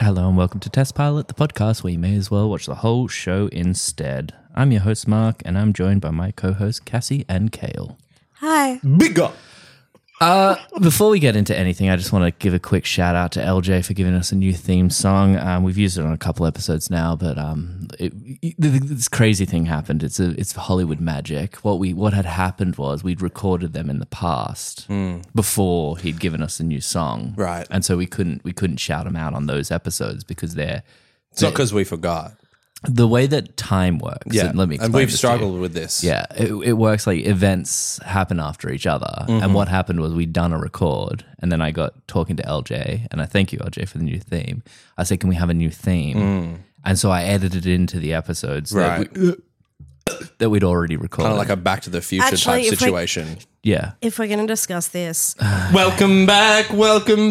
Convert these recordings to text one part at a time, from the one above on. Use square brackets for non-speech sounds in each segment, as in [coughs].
Hello and welcome to Test Pilot, the podcast where you may as well watch the whole show instead. I'm your host, Mark, and I'm joined by my co hosts, Cassie and Kale. Hi. Mm-hmm. bigger. Uh, before we get into anything, I just want to give a quick shout out to LJ for giving us a new theme song. Um, we've used it on a couple episodes now, but um, it, it- this crazy thing happened. It's a, it's Hollywood magic. What we what had happened was we'd recorded them in the past before he'd given us a new song, Right. And so we couldn't we couldn't shout them out on those episodes because they're It's not because we forgot. the way that time works. Yeah, and let me and explain we've this to you. struggled with this. Yeah, it, it works like events happen after each other. Mm-hmm. And what happened was we'd done a record, and then I got talking to LJ, and I thank you, LJ, for the new theme. I said, Can we have a new theme? And so I edited into the episodes Mm. right. that, we, that we'd already recorded. kind of like a Back to the Future Actually, type if [sighs] we- situation. yeah. If we're going to discuss this, welcome back, welcome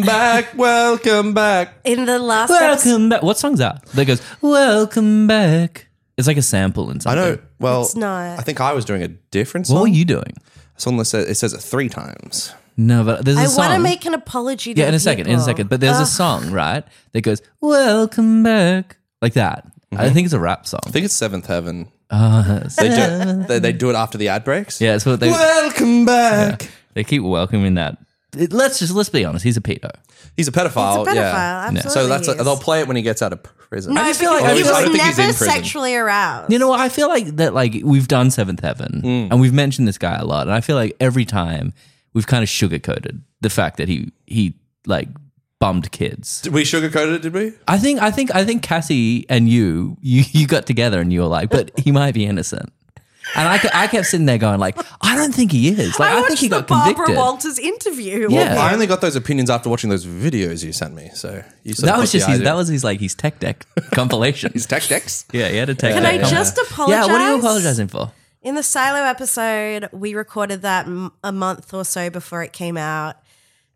[laughs] back, welcome back. in the last episode, Welcome back. What song's that? That goes, Welcome back. It's like a sample in I something. know. Well, It's not. I think I was doing a different What song. were you doing? Song that says it says it three times. No, but there's a I song. want to make an apology to yeah, in the a second, in a people. Uh, second. But there's a Ugh. song, right, that goes, Welcome back. Like that. I think it's a rap song. I think it's Seventh Heaven. Uh, [laughs] so- They do, they, they do it after the ad breaks. yeah, it's what they Welcome back. they keep welcoming that. It- let's just let's be honest. He's a pedo. He's a pedophile. He's a pedophile, Yeah. absolutely So that's a, he is. they'll play it when he gets out of prison. No, I just feel like- because I he just- I was don't think he's never in prison. sexually aroused. You know, what? I feel like that. Like we've done Seventh Heaven, and we've mentioned this guy a lot. And I feel like every time we've kind of sugarcoated the fact that he he like bummed kids. Did we sugarcoated it? Did we? I think I think I think Cassie and you you you got together and you were like, but he might be innocent. And I, ke- I kept sitting there going like, I don't think he is. Like I, I, watched think he the got Barbara convicted. Walters interview. Yeah. I only got those opinions after watching those videos you sent me. So you sort that of was put the just his, idea- that was his like his tech deck [laughs] compilation. his tech decks. yeah, he had a tech Can deck. I compilation. just apologize? Yeah, what are you apologizing for? In the Silo episode, we recorded that m- a month or so before it came out,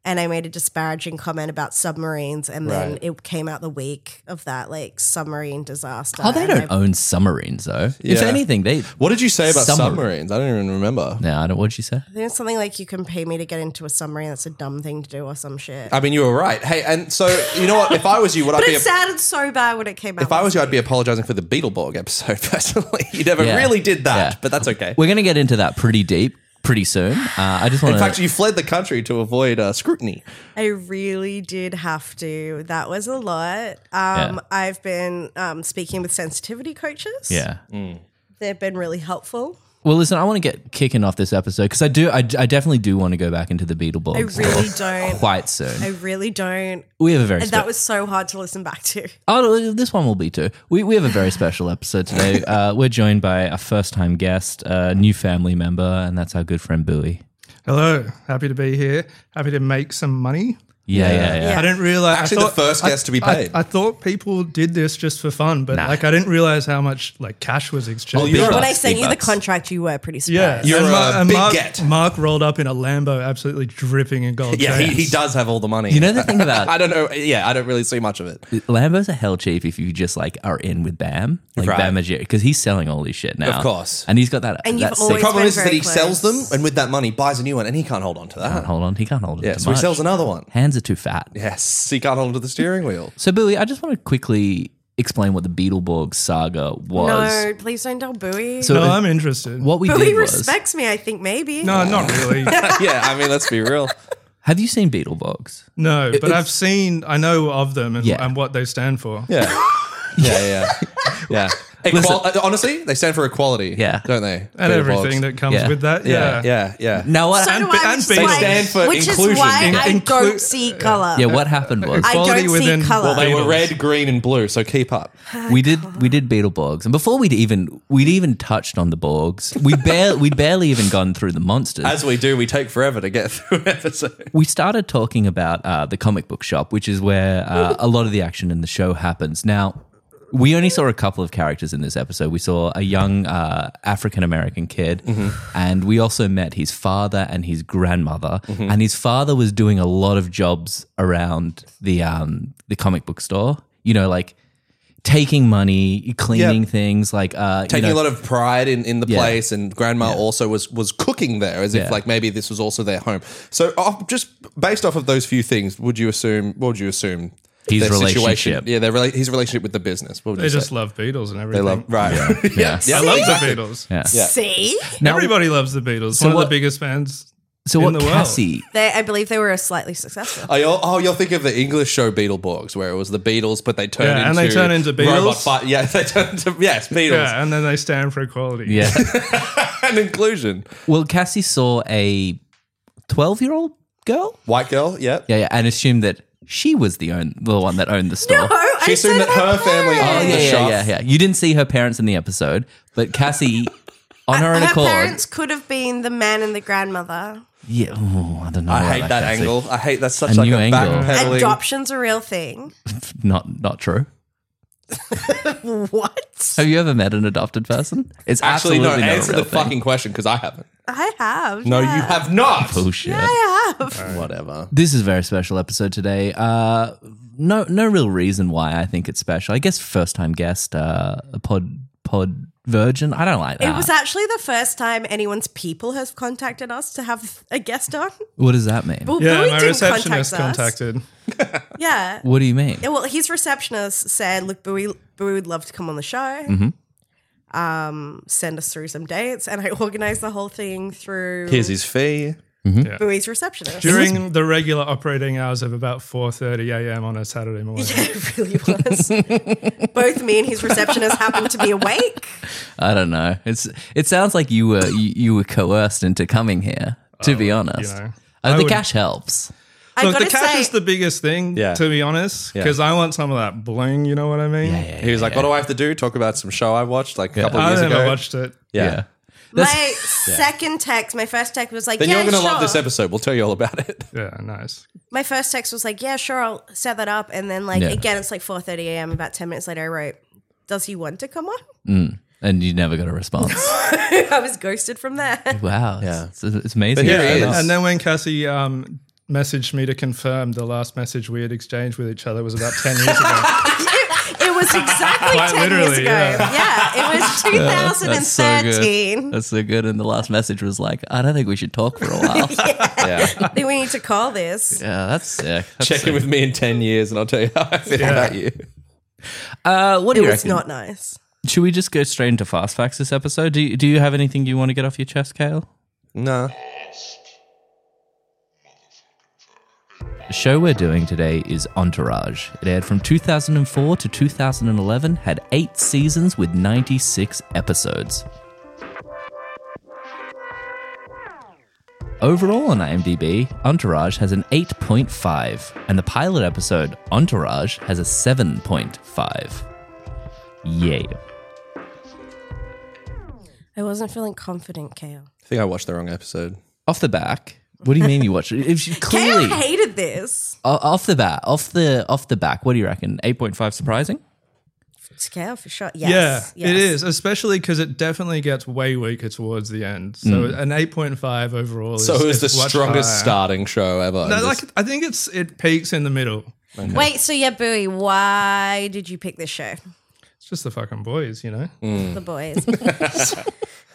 and I made a disparaging comment about submarines, and then Right. it came out the week of that like submarine disaster. Oh, they and don't I- own submarines though. If Yeah. anything, they. What did you say about Submarine. submarines? I don't even remember. No, I don't. What'd you say? I think it's something like you can pay me to get into a submarine. That's a dumb thing to do, or some shit. I mean, you were right. Hey, and so you know what? If I was you, would I but be? it sounded so bad when it came out. if I was you, I'd be apologizing for the Beetleborg episode. [laughs] Personally, you never Yeah. really did that, Yeah. but that's okay. We're gonna get into that pretty deep, pretty soon. Uh, I just want In fact, to. you fled the country to avoid uh, scrutiny. I really did have to. That was a lot. Um, Yeah. I've been um, speaking with sensitivity coaches. Yeah. Mm. They've been really helpful. Well, listen, I want to get kicking off this episode because I do. I, I definitely do want to go back into the Beetleborgs. I really don't. Quite I soon. really don't. We have a very. And spe- that was so hard to listen back to. oh, this one will be too. We, we have a very special episode [laughs] today. Uh, we're joined by a first time guest, a new family member, and that's our good friend Bowie. Hello, happy to be here. Happy to make some money. Yeah, yeah, yeah. Yeah. I didn't realize. Actually, I the thought, first I- guest to be I- paid. I, thought people did this just for fun, but like I didn't realize how much like cash was exchanged. you're When Bucks, I sent big you the bucks. contract, you were pretty yeah, surprised. You're and a and big Mark, get. Mark rolled up in a Lambo, absolutely dripping in gold. Yeah, he, chains. he does have all the money. You know the [laughs] thing about- I don't know. Yeah, I don't really see much of it. Lambos are hell cheap if you just like are in with Bam, like Right. Bam Majid, because he's selling all this shit now. Of course. and he's got that. And that you've sick- always- Problem been is, is that very he sells them, close. and with that money, buys a new one, and he can't hold on to that. can't hold on. He can't hold it. yeah, to so he Oh, much. sells another one. Hands are too fat. Yes, he can't hold on to the steering wheel. So, Billy, I just want to quickly explain what the Beetleborg saga was. No, please don't tell Bowie. So, No, it- I'm interested. what we Bowie did was. respects me, I think, maybe. No, not [laughs] really. yeah, I mean, let's be real. have you seen Beetleborgs? No, but I've seen, I know of them and, Yeah. and what they stand for. [laughs] Yeah. yeah, yeah. Yeah. Equal- honestly, they stand for equality. Yeah. Don't they? And Peter everything Boggs. that comes Yeah. with that. Yeah, Yeah. yeah, yeah. Now, what, so hap- do and I, which, is Beetleborgs. why, They stand for which is inclusion. why In- I inclu- don't see color. yeah, what happened was [laughs] I Equality don't see within colour. Well, They were Beatles. red, green, and blue, so keep up. we did we did Beetleborgs, and before we'd even we'd even touched on the Borgs, we barely we'd barely even gone through the monsters. As we do, we take forever to get [laughs] through an episode. we started talking about uh, the comic book shop, which is where uh, a lot of the action in the show happens. Now, we only saw a couple of characters in this episode. We saw a young uh, African American kid, Mm-hmm. and we also met his father and his grandmother. Mm-hmm. And his father was doing a lot of jobs around the um, the comic book store. You know, like taking money, cleaning things, like uh, you Taking know- a lot of pride in, in the place, and grandma also was was cooking there as if like maybe this was also their home. So off, just based off of those few things, would you assume? What would you assume? His situation, relationship. yeah, their rela- his relationship with the business. What would They you just say? love Beatles and everything. They love right. [laughs] yeah. I love the Beatles. Yeah. See, Everybody loves the Beatles. One of what- the biggest fans. So In what the world. Cassie? they, I believe they were slightly successful. Oh, you'll, oh, you'll think of the English show Beetleborgs, where it was the Beatles, but they turn Yeah, into and they turn into robot Beatles. Fight. Yeah, [laughs] they turn into yes, Beatles Yeah, and then they stand for equality. [laughs] Yeah. and inclusion. well, Cassie saw a twelve-year-old girl. White girl, yeah. Yeah, yeah, and assumed that she was the own the one that owned the store. Oh, She I assumed said that her family Oh, owned yeah, the yeah, shop. yeah, yeah. You didn't see her parents in the episode, but [laughs] Cassie, on her own Her accord, parents could have been the man and the grandmother. yeah. ooh, I don't know. I why hate like that Cassie. angle. I hate that's such A like new a angle. backpedaling. Adoption's a real thing. Not, not [laughs] true. What? Have you ever met an adopted person? It's absolutely Actually, no. not a Answer real the thing. fucking question because I haven't. I have. No, yeah. you have not. bullshit. I have. Whatever. Oh, This is a very special episode today. Uh, no, no real reason why I think it's special. I guess first time guest, uh, a pod, pod virgin. I don't like that. It was actually the first time anyone's people has contacted us to have a guest on. what does that mean? Well, Yeah, Billy my didn't receptionist contact us. contacted. Yeah. what do you mean? Yeah, Well, his receptionist said, "Look, Bowie, Bowie would love to come on the show. Um, send us through some dates." And I organized the whole thing through Here's his fee. Bowie's receptionist. During the regular operating hours of about 4.30 a.m. on a Saturday morning. [laughs] it really was. Both me and his receptionist happened to be awake. I don't know. It's it sounds like you were you, you were coerced into coming here. To be honest, Oh, know, Uh, I the would- cash helps. I Look, gotta the cash say, is the biggest thing, Yeah. to be honest, because I want some of that bling, you know what I mean? He was like, "What do I have to do? Talk about some show I watched like a couple of I years never ago." watched it. Yeah. my second text, my first text was like, Then "Yeah, you're gonna sure." love this episode. We'll tell you all about it. Yeah, nice. my first text was like, "Yeah, sure, I'll set that up." And then like again, it's like four thirty a.m. About ten minutes later, I wrote, "Does he want to come on?" [laughs] And you never got a response. I was ghosted from there. [laughs] wow. Yeah. It's, it's, it's amazing. But here I he know. is. And then when Cassie um, messaged me to confirm the last message we had exchanged with each other was about 10 years ago. It was exactly Quite ten years literally, ago. yeah. Yeah, it was two thousand and That's so thirteen. good. [laughs] That's so good. And the last message was like, I don't think we should talk for a [laughs] while. yeah. Yeah. I think we need to call this. that's sick. That's Check in with me in ten years, and I'll tell you how I feel about you. Uh, what do It you was reckon? not nice. should we just go straight into fast facts this episode? Do you, do you have anything you want to get off your chest, Kale? No. The show we're doing today is Entourage. It aired from 2004 to 2011, had eight seasons with 96 episodes. Overall on IMDb, Entourage has an 8.5, and the pilot episode, Entourage, has a 7.5. Yay. I wasn't feeling confident, Kale. I think I watched the wrong episode. Off the back, what do you mean you watch it? If she, Kale clearly, o- hated this. off the bat, off the off the back, what do you reckon? 8.5 surprising? It's Kale for sure. Yeah, Yes, yes. it is, especially because it definitely gets way weaker towards the end. So Hmm. an eight point five overall. Is, So it was the is much strongest higher. starting show ever. No, Just- like I think it's it peaks in the middle. Wait, so yeah, Bowie, why did you pick this show? It's just the fucking boys, you know. Hmm. [laughs] The boys.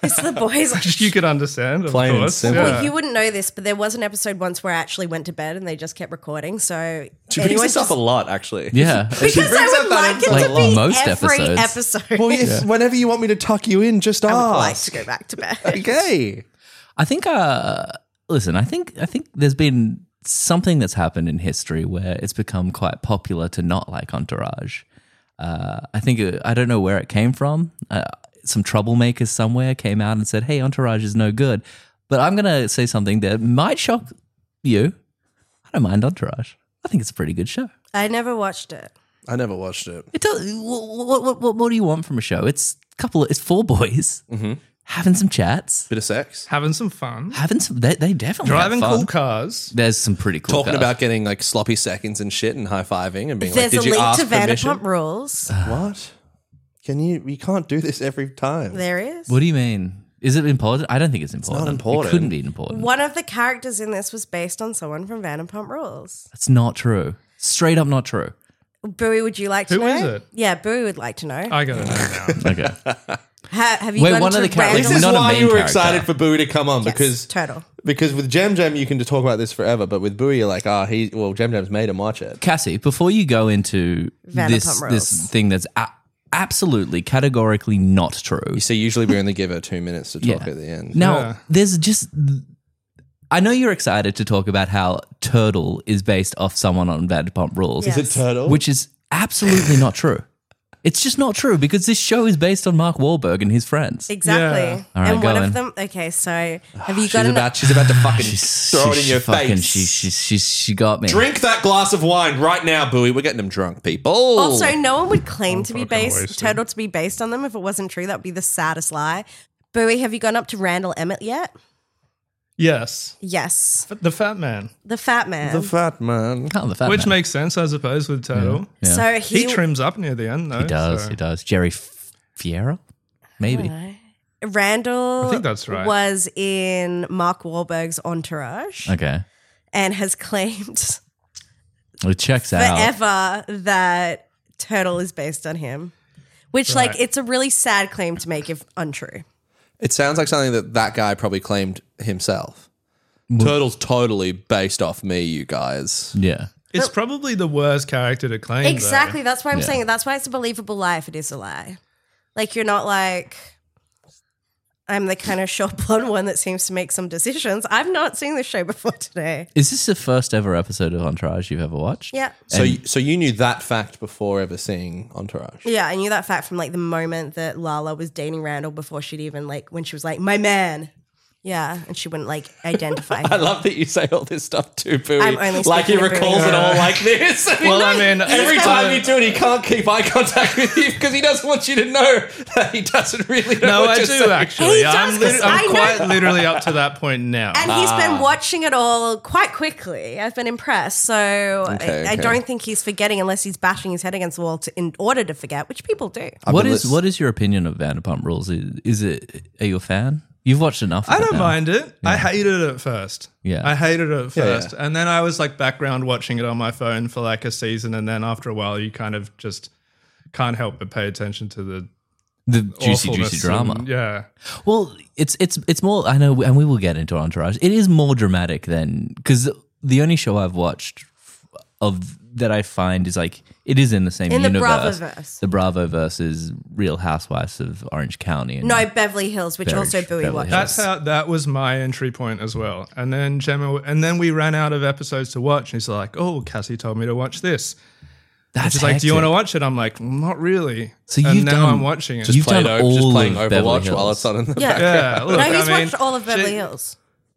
it's the boys. [laughs] You could understand, of Plain and course. simple. Yeah. You wouldn't know this, but there was an episode once where I actually went to bed and they just kept recording. So she brings anyone this up just- a lot, actually. Yeah. [laughs] because brings I up would that like it episode to a lot. be Most every episodes. episode. Well, if, whenever you want me to tuck you in, [laughs] just I would like ask. to go back to bed. Okay. I think. Uh, listen, I think. I think there's been something that's happened in history where it's become quite popular to not like Entourage. Uh, I think. It, I don't know where it came from. Uh, some troublemakers somewhere came out and said, "Hey, Entourage is no good." But I'm gonna say something that might shock you. I don't mind Entourage. I think it's a pretty good show. I never watched it. I never watched it. It does. What, what, what, what, what do you want from a show? It's a couple. Of, it's four boys Mm-hmm. having some chats, Bit of sex. Having some fun, having some. They, they definitely have driving fun. cool cars. There's some pretty cool Talking cars. about getting like sloppy seconds and shit and high fiving and being There's like, a did you link ask to permission? Uh-huh. Vanderpump Rules. What? Can you? You can't do this every time. There is. What do you mean? Is it important? I don't think it's important. important. It couldn't be important. One of the characters in this was based on someone from Vanderpump Rules. That's not true. Straight up not [laughs] true. Bowie, would you like to Who know? is it? Yeah, Bowie would like to know. I got it now. Okay. ha- have you Wait, gone one to of the characters- This We're is random- not a why main you were character. excited for Bowie to come on Yes, because Turtle. because with Jam Jam you can just talk about this forever, but with Bowie you're like, ah, he well Jam Jam's made him watch it. Cassie, before you go into Vanderpump this Rules. this thing that's a- absolutely categorically not true. You see, usually we only give her two minutes to talk at the end. Now, Yeah. there's just. I know you're excited to talk about how Turtle is based off someone on Vanderpump Rules, Is it Yes. Turtle? which is absolutely not true. It's just not true because this show is based on Mark Wahlberg and his friends. Exactly. Yeah. All right, and go one in. of them. Okay, so [sighs] have you she's got an, about [sighs] she's about to fucking She's- throw it she- in your she fucking, face. She, she, she, she got me. Drink that glass of wine right now, Bowie. We're getting them drunk, people. Also, no one would claim to be fucking based wasted. Turtle to be based on them if it wasn't true. That would be the saddest lie. Bowie, have you gone up to Randall Emmett yet? Yes. Yes, But the fat man. the fat man. the fat man. Oh, the fat Which man. makes sense, I suppose, with Turtle. Yeah. So he, He trims up near the end, though. he does. so- He does. Jerry F- Fierro? Maybe. Randall I think that's right. was in Mark Wahlberg's Entourage Okay. and has [laughs] claimed It checks out. forever that Turtle is based on him. Which, like, Right. it's a really sad claim to make if untrue. It sounds like something that that guy probably claimed himself. Turtle's totally based off me, you guys. Yeah. It's probably the worst character to claim. though. Exactly. That's why I'm Yeah. saying that's why it's a believable lie if it is a lie. Like you're not like I'm the kind of [laughs] short blonde one that seems to make some decisions. I've not seen this show before today. Is this the first ever episode of Entourage you've ever watched? Yeah. So, you, so you knew that fact before ever seeing Entourage. Yeah, I knew that fact from like the moment that Lala was dating Randall before she'd even like when she was like, My man. Yeah. And she wouldn't like [laughs] identify [laughs] I him. love that you say all this stuff too, Bowie. I'm only like he speaking of recalls Bowie. it all like this. [laughs] Well, I mean, every it's time kinda- you do it, he can't keep eye contact with you because he doesn't want you to know that he doesn't really know. No, what I do you're saying. actually. He does, I'm, 'cause lit- I I'm know- quite literally up to that point now. And he's been watching it all quite quickly. I've been impressed. So I- Okay, I, okay. don't think he's forgetting unless he's bashing his head against the wall to, in order to forget, which people do. What been is lis- what is your opinion of Vanderpump Rules? Is, is it are you a fan? You've watched enough. Of I it don't now. mind it. I hated it at first. Yeah. I hated it at Yeah, yeah. first. And then I was like background watching it on my phone for like a season. And then after a while, you kind of just can't help but pay attention to the the juicy awfulness juicy drama. and- yeah. Well, it's it's it's more. I know, and we will get into Entourage. It is more dramatic than because the only show I've watched of that I find is like it is in the same In the universe. Bravoverse. The Bravo versus Real Housewives of Orange County. And No, Beverly Hills, which Very also tr- Bowie Beverly watches. Hills. That's how that was my entry point as well. And then Gemma, and then we ran out of episodes to watch. And he's like, "Oh, Cassie told me to watch this." that's She's like, "Do you want to hectic. watch it?" I'm like, "Not really." So and you've now done- I'm watching it. Just You've played done o- just all playing of Beverly Overwatch while Hills. it's on in the Yeah. [laughs] yeah, look, no, he's I mean, watched all of Beverly she- Hills.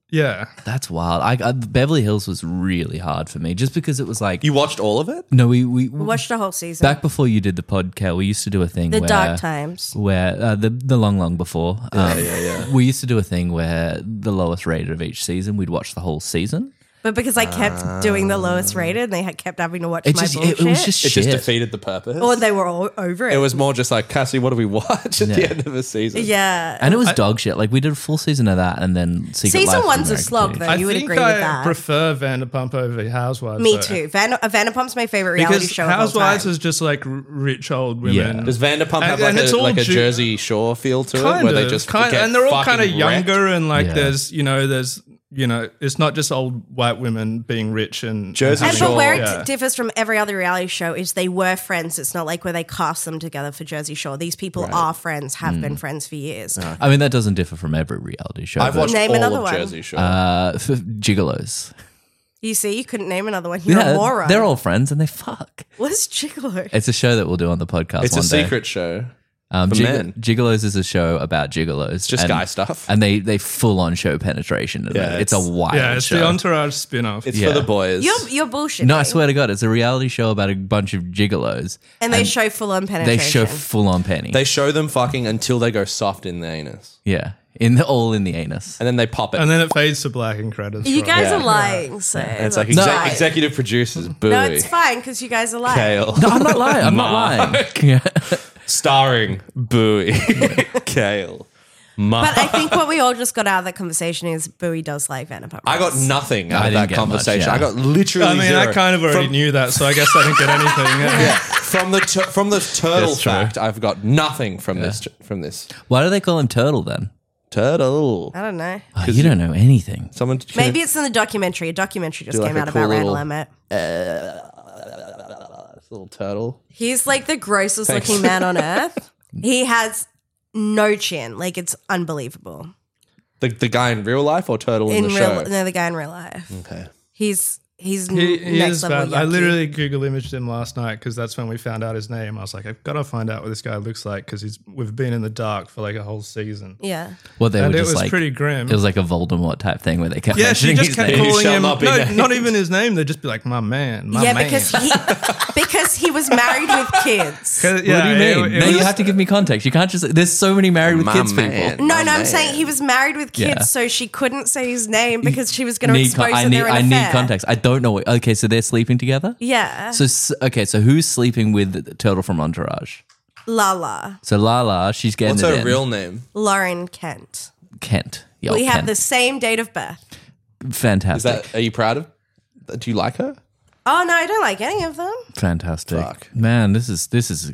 Yeah, That's wild. I, I Beverly Hills was really hard for me just because it was like [laughs] You watched all of it? no, we we We watched the whole season. back before you did the podcast, we used to do a thing the where dark times. where uh, the the long long before um, we used to do a thing where the lowest rated of each season we'd watch the whole season But because I kept doing the lowest rated and they had kept having to watch Ah. it my just bullshit. it, it was just It shit just defeated the purpose. or they were all over it. it was more just like, Cassie, what do we watch at the end of a season? yeah. and it was dog shit like we did a full season of that and then Secret Season Life of one's a American slog, Beauty. though. I you would think agree with I that. prefer Vanderpump over Housewives. Me though. too. Van, uh, Vanderpump's my favorite reality Because show. Housewives of all time. is just like r- rich old women. Yeah. Does Vanderpump have And- and like it's a, all like a ju- Jersey Shore feel to it, kind where of, they just kind get and they're all fucking kind of wrecked? younger and like Yeah. there's you know there's you know it's not just old white women being rich and Jersey and and happy. but Shore. where it Yeah. differs from every other reality show is they were friends. It's not like where they cast them together for Jersey Shore. These people are friends, have been friends for years. I mean that doesn't differ from every reality show I've but, watched Name all another of one. Jersey Shore. uh, f- gigolos You see, you couldn't name another one. You're a moron. they're all friends and they fuck What's Gigolo? it's a show that we'll do on the podcast it's a one day. secret show. um, for Gig- men. gigolos is a show about gigolos it's just guy stuff. and they they full on show penetration in Yeah, it. it's, a it's- wild yeah it's show the entourage spin-off It's Yeah. for the boys. You're, you're bullshit. No, I swear to God, it's a reality show about a bunch of gigolos. And they show full on They penetration. show full on penny. they show them fucking until they go soft in the anus, yeah, in the all in the anus. and then they pop it. and then it fades to black and credits You roll. guys Yeah. are lying. So and it's like that's exec- fine. executive producers, No, Bowie, it's fine because you guys are lying. Kale. No, I'm not lying. I'm not lying. [laughs] Yeah. [laughs] starring Bowie, Kale, But Mark. I think what we all just got out of that conversation is Bowie does like Vanderpump. I got Rules. nothing out I of didn't that get much, conversation. yeah. I got literally. I mean, zero. I kind of already From- knew that, so I guess I didn't [laughs] get anything. Yeah, [laughs] from the tu- from the turtle That's true. fact, I've got nothing from this from this Why do they call him Turtle then? turtle. I don't know. Oh, you don't know anything. Someone Maybe it's in the documentary. A documentary just Do like came a out cool about Randall little- Emmett. little turtle. He's like the grossest looking man on earth. He has no chin. Like it's unbelievable. The, the guy in real life or turtle in, In the real, show? Mm. no, the guy in real life. Okay. He's he's He, n- he next is level. bad. I yucky. literally Google imaged him last night because that's when we found out his name. I was like, I've got to find out what this guy looks like because he's we've been in the dark for like a whole season, yeah. Well, they and were it just was like pretty grim. it was like a Voldemort type thing where they kept yeah, she mentioning just his kept name. You calling shall him. not be no, named. not even his name. They'd just be like, "My man, my yeah, man." because he because he was married with kids. No, [laughs] 'Cause- yeah, what do you it- mean? it no, you was- have to give me context. You can't just. There's so many married with My kids man. people. no, Oh, I'm saying he was married with kids, Yeah. so she couldn't say his name because she was going to Need con- expose I that need. they're in I an need affair. context. I don't know. what- Okay, so they're sleeping together. Yeah, So s- okay, so who's sleeping with the turtle from Entourage? Lala, So Lala, she's getting What's it her in. real name? Lauren Kent. Kent. Yeah, we Kent. have the same date of birth. Is fantastic, that? Are you proud of? Do you like her? Oh no, I don't like any of them. fantastic. Fuck. Man, this is this is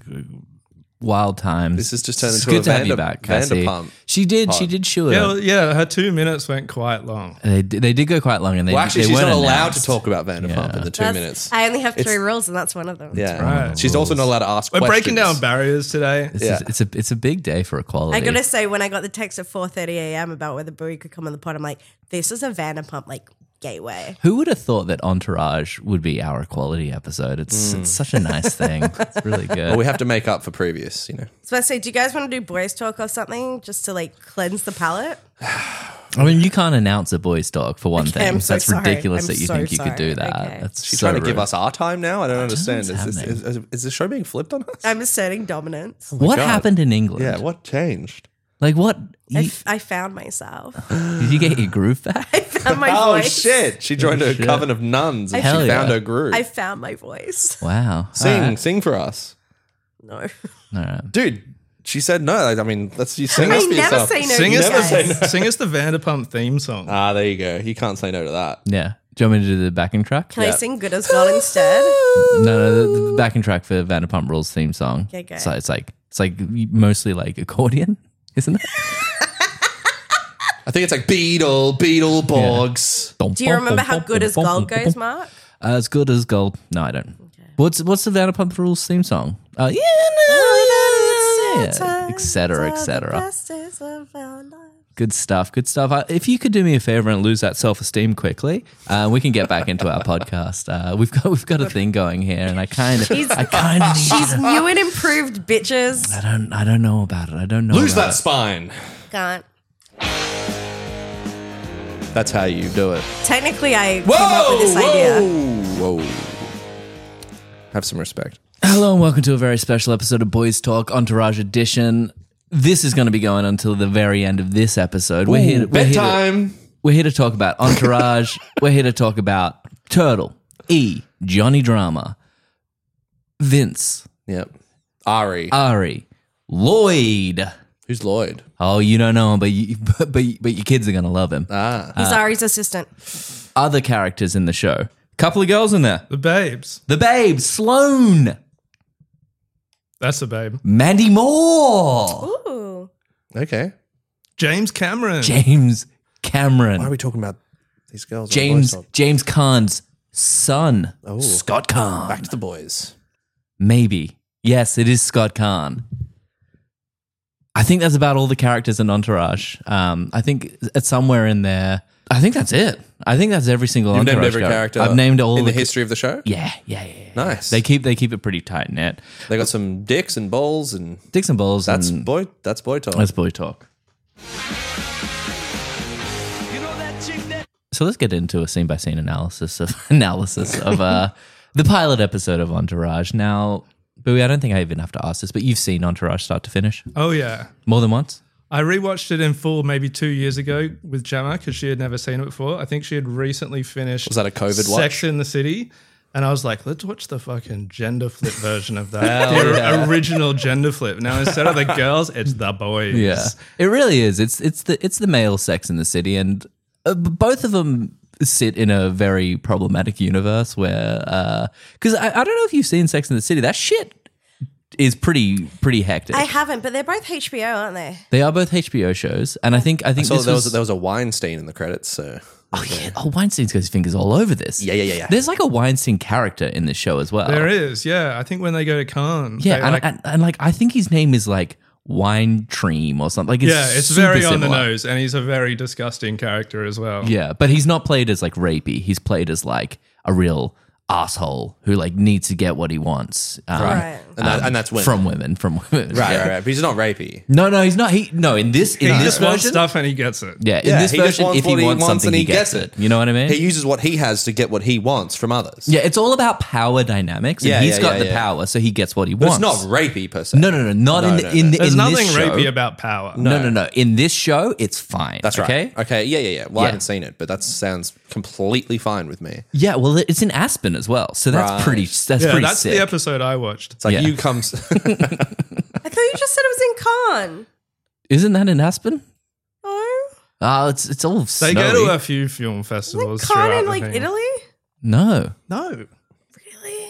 wild times. This has just turned It's into good a to have you Vander- back, Cassie. Vanderpump She did. She did. Sure. yeah, well, yeah, her two minutes went quite long. They, did- they did go quite long, and they Well, actually, they she's not weren't allowed announced. to talk about Vanderpump in the two That's- minutes. I only have three rules, and that's one of them. Yeah, right. she's also not allowed to ask. We're breaking questions. down barriers today. It's, Yeah. a, it's a it's a big day for equality. I gotta say, when I got the text at 4:30 a.m. about whether Bowie could come on the pod, I'm like, this is a Vanderpump like gateway. Who would have thought that Entourage would be our equality episode? It's it's such a nice [laughs] thing. It's really Well, good. Mm. Oh, we have to make up for previous. You know, So I say, do you guys want to do boys talk or something just to like cleanse the palate? I mean, you can't announce a boys' talk for one thing. I'm so That's sorry. ridiculous I'm that you so think you could do sorry. that. Okay. That's she's so trying to give rude. us our time now. I don't understand. know Is, what's this, is, is, is the show being flipped [laughs] on us? I'm asserting dominance. What God. happened in England? yeah. What changed? Like what? I, You, f- I found myself. did you get your groove back? I [laughs] found my Oh voice. shit! She joined a shit. coven of nuns and Hell she yeah. found her groove. I found my voice. [laughs] Wow. sing, All right. sing for us, No, All right. dude. She said no. I mean, let's you sing I us for never yourself. say no Sing to us, you Never guys. say [laughs] sing us the Vanderpump theme song. Uh, Ah, there you go. You can't say no to that. Yeah. Do you want me to do the backing track? Can I Yeah. sing good as well instead? No, no, the, the backing track for Vanderpump Rules theme song. Okay, go. So it's like it's like mostly like accordion, [laughs] isn't it? I think it's like Beetle, Beetleborgs. Do you remember how good as gold goes, Mark? As good as gold. No, I don't. What's what's the Vanderpump Rules theme song? Uh, yeah, Oh, no, no, yeah, et cetera, et cetera. Good stuff, good stuff. Uh, If you could do me a favor and lose that self esteem quickly, uh, we can get back into [laughs] our podcast. Uh, we've got we've got a thing going here, and I kind of, I kind of need. [laughs] She's new and improved, bitches. I don't, I don't know about it. I don't know. Lose about that spine. Can't. That's how you do it. Technically, I came up with this idea. Whoa! Whoa! Have some respect. Hello and welcome to a very special episode of Boys Talk Entourage Edition. This is going to be going until the very end of this episode. We're here. To, we're, here to, Bedtime. we're here to talk about Entourage. we're here to talk about Turtle, E, Johnny Drama, Vince, Yep. Ari. Ari, Lloyd. Who's Lloyd? Oh, you don't know him, but you, [laughs] but but, but your kids are going to love him. He's Ari's assistant. Other characters in the show. Couple of girls in there. The Babes. The babe, Sloane, That's a babe. Mandy Moore, Ooh. Okay. James Cameron. James Cameron. we talking about these girls? on James Boys Talk? James Khan's son, Scott Khan. Oh. to the boys. Maybe yes, it is Scott Khan. I think that's about all the characters in Entourage. Um, I think it's somewhere in there. I think that's it. I think that's every single I've Entourage named every character. I've named all in the, the history of the show. Yeah, yeah, yeah. yeah. Nice. They keep they keep it pretty tight knit. They got some dicks and balls, and Dicks and balls. that's and, boy. That's boy talk. Mm. that's boy talk. So let's get into a scene by scene analysis of [laughs] analysis of uh, the pilot episode of Entourage. Now, Bowie, I don't think I even have to ask this, but you've seen Entourage start to finish Oh, yeah. more than once. I rewatched it in full maybe two years ago with Gemma because she had never seen it before. I think she had recently finished Was that a COVID Sex watch? in the City. And I was like, let's watch the fucking gender flip version of that. the original gender flip. Now instead of the girls, it's the boys. Yeah, it really is. It's it's the it's the male Sex in the City, and uh, b- both of them sit in a very problematic universe where because I, I don't know if you've seen Sex in the City. That shit is pretty pretty hectic. I haven't, but they're both HBO, aren't they? they are both HBO shows, and I think I think So this there was, was, there was a Weinstein in the credits. So oh, yeah, oh Weinstein's got his fingers all over this. Yeah, yeah, yeah, yeah. There's like a Weinstein character in this show as well. There is, yeah. I think when they go to Cannes, Yeah, they, and, like- and, and like I think his name is like Wine Treem or something. Like it's yeah, it's super very on the similar. nose, and he's a very disgusting character as well. Yeah, but he's not played as like rapey. He's played as like a real asshole who like needs to get what he wants. Um, Right. and, that, and that's when From women, from women. right, Yeah. right, right. But he's not rapey. No, no, he's not. He no. In this, He in this just wants version, stuff and he gets it. yeah, in Yeah, this he just version, wants if he wants, what he wants something, and he gets it. You know what I mean? He uses what he has to get what he wants from others. yeah, it's all about power dynamics. Yeah, and he's yeah, got yeah, the yeah. power, so he gets what he but it's wants. not rapey per se. no, no, no, not in the, no, in the, There's in nothing this show. rapey about power. no, no, no. In this show, it's fine. That's right. Okay. Okay. Yeah, yeah, yeah. Well, I Yeah. haven't seen it, but that sounds completely fine with me. Yeah, well, it- it's in Aspen as well, so that's Right. pretty. That's yeah, pretty that's sick. the episode I watched. It's like Yeah. you [laughs] come. I thought you just said it was in Cannes. Isn't that in Aspen? Oh, Oh, it's it's all They snowy. go to a few film was festivals. it Cannes throughout in the like thing. Italy? no, No, Really?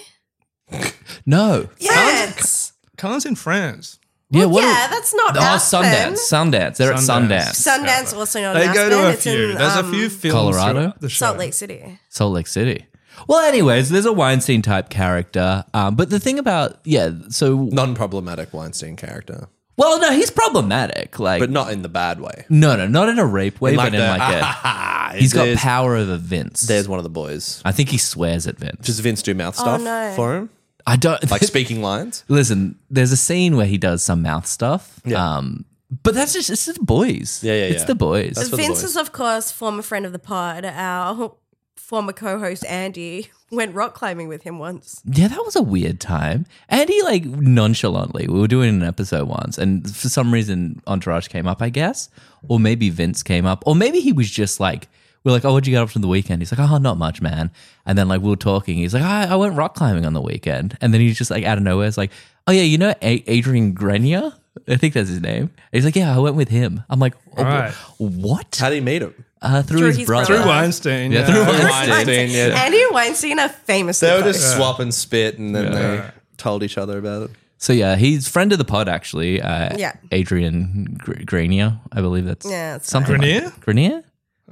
no. Yes. Cannes in France. yeah, Well, what? yeah, that's not. oh, Aspen. Sundance, Sundance. They're at Sundance, Sundance also not. They in go to Aspen, a it's few. in, There's a um, few films. Colorado? throughout The show. Salt Lake City. Salt Lake City. Well, anyways, there's a Weinstein type character, um, but the thing about yeah, so [laughs] non-problematic Weinstein character, well, no, he's problematic. Like, but not in the bad way. no, no, not in a rape way, like but in the, like [laughs] a Ah, he's got there's- power over Vince. There's one of the boys. I think he swears at Vince. Does Vince do mouth stuff no. for him, I don't [laughs] like speaking lines? Listen, there's a scene where he does some mouth stuff. Yeah. Um, but that's just it's the boys. Yeah, yeah, It's yeah. the boys. That's- for the Vince boys. is, of course, former friend of the pod. Our former co-host Andy [laughs] went rock climbing with him once. yeah, that was a weird time. And he like nonchalantly, we were doing an episode once, and for some reason Entourage came up, I guess, or maybe Vince came up, or maybe he was just like. We're like, oh, what'd you get up to the weekend? He's like, oh, not much, man. And then like we were talking, he's like, I, I went rock climbing on the weekend. And then he's just like out of nowhere, it's like, oh yeah, you know A- Adrian Grenier? I think that's his name. And he's like, yeah, I went with him. I'm like, oh, Right. what? How do you meet him? Uh, through, Through his, his brother. brother. Through Weinstein. Oh, Yeah, Yeah, through [laughs] Weinstein, yeah. Andy and Weinstein are famously. They were close. just swap and spit, and then they told each other about it. So yeah, he's friend of the pod actually. Uh, Yeah. Adrian Gr- Grenier, I believe that's Yeah, that's something. like- Grenier? Grenier.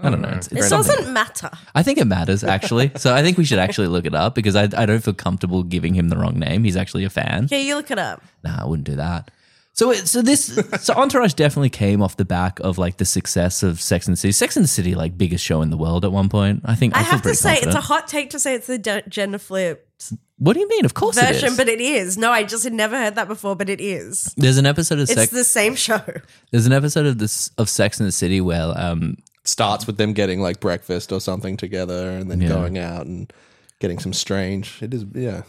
I don't know. It's, it's it something. doesn't matter. I think it matters [laughs] actually. so I think we should actually look it up because I, I don't feel comfortable giving him the wrong name. He's actually a fan. Yeah, you look it up. Nah, I wouldn't do that. So it, so this so Entourage definitely came off the back of like the success of Sex and the City. Sex and the City like biggest show in the world at one point. I think I, I feel have to pretty say, it's a confident. hot take to say it's the de- gender flipped what do you mean? Of course it version, is. but it is. No, I just had never heard that before, but it is. there's an episode of It's Sex. the [laughs] same show. there's an episode of this of Sex and the City where um Starts with them getting like breakfast or something together, and then going out and getting some strange. It is, yeah.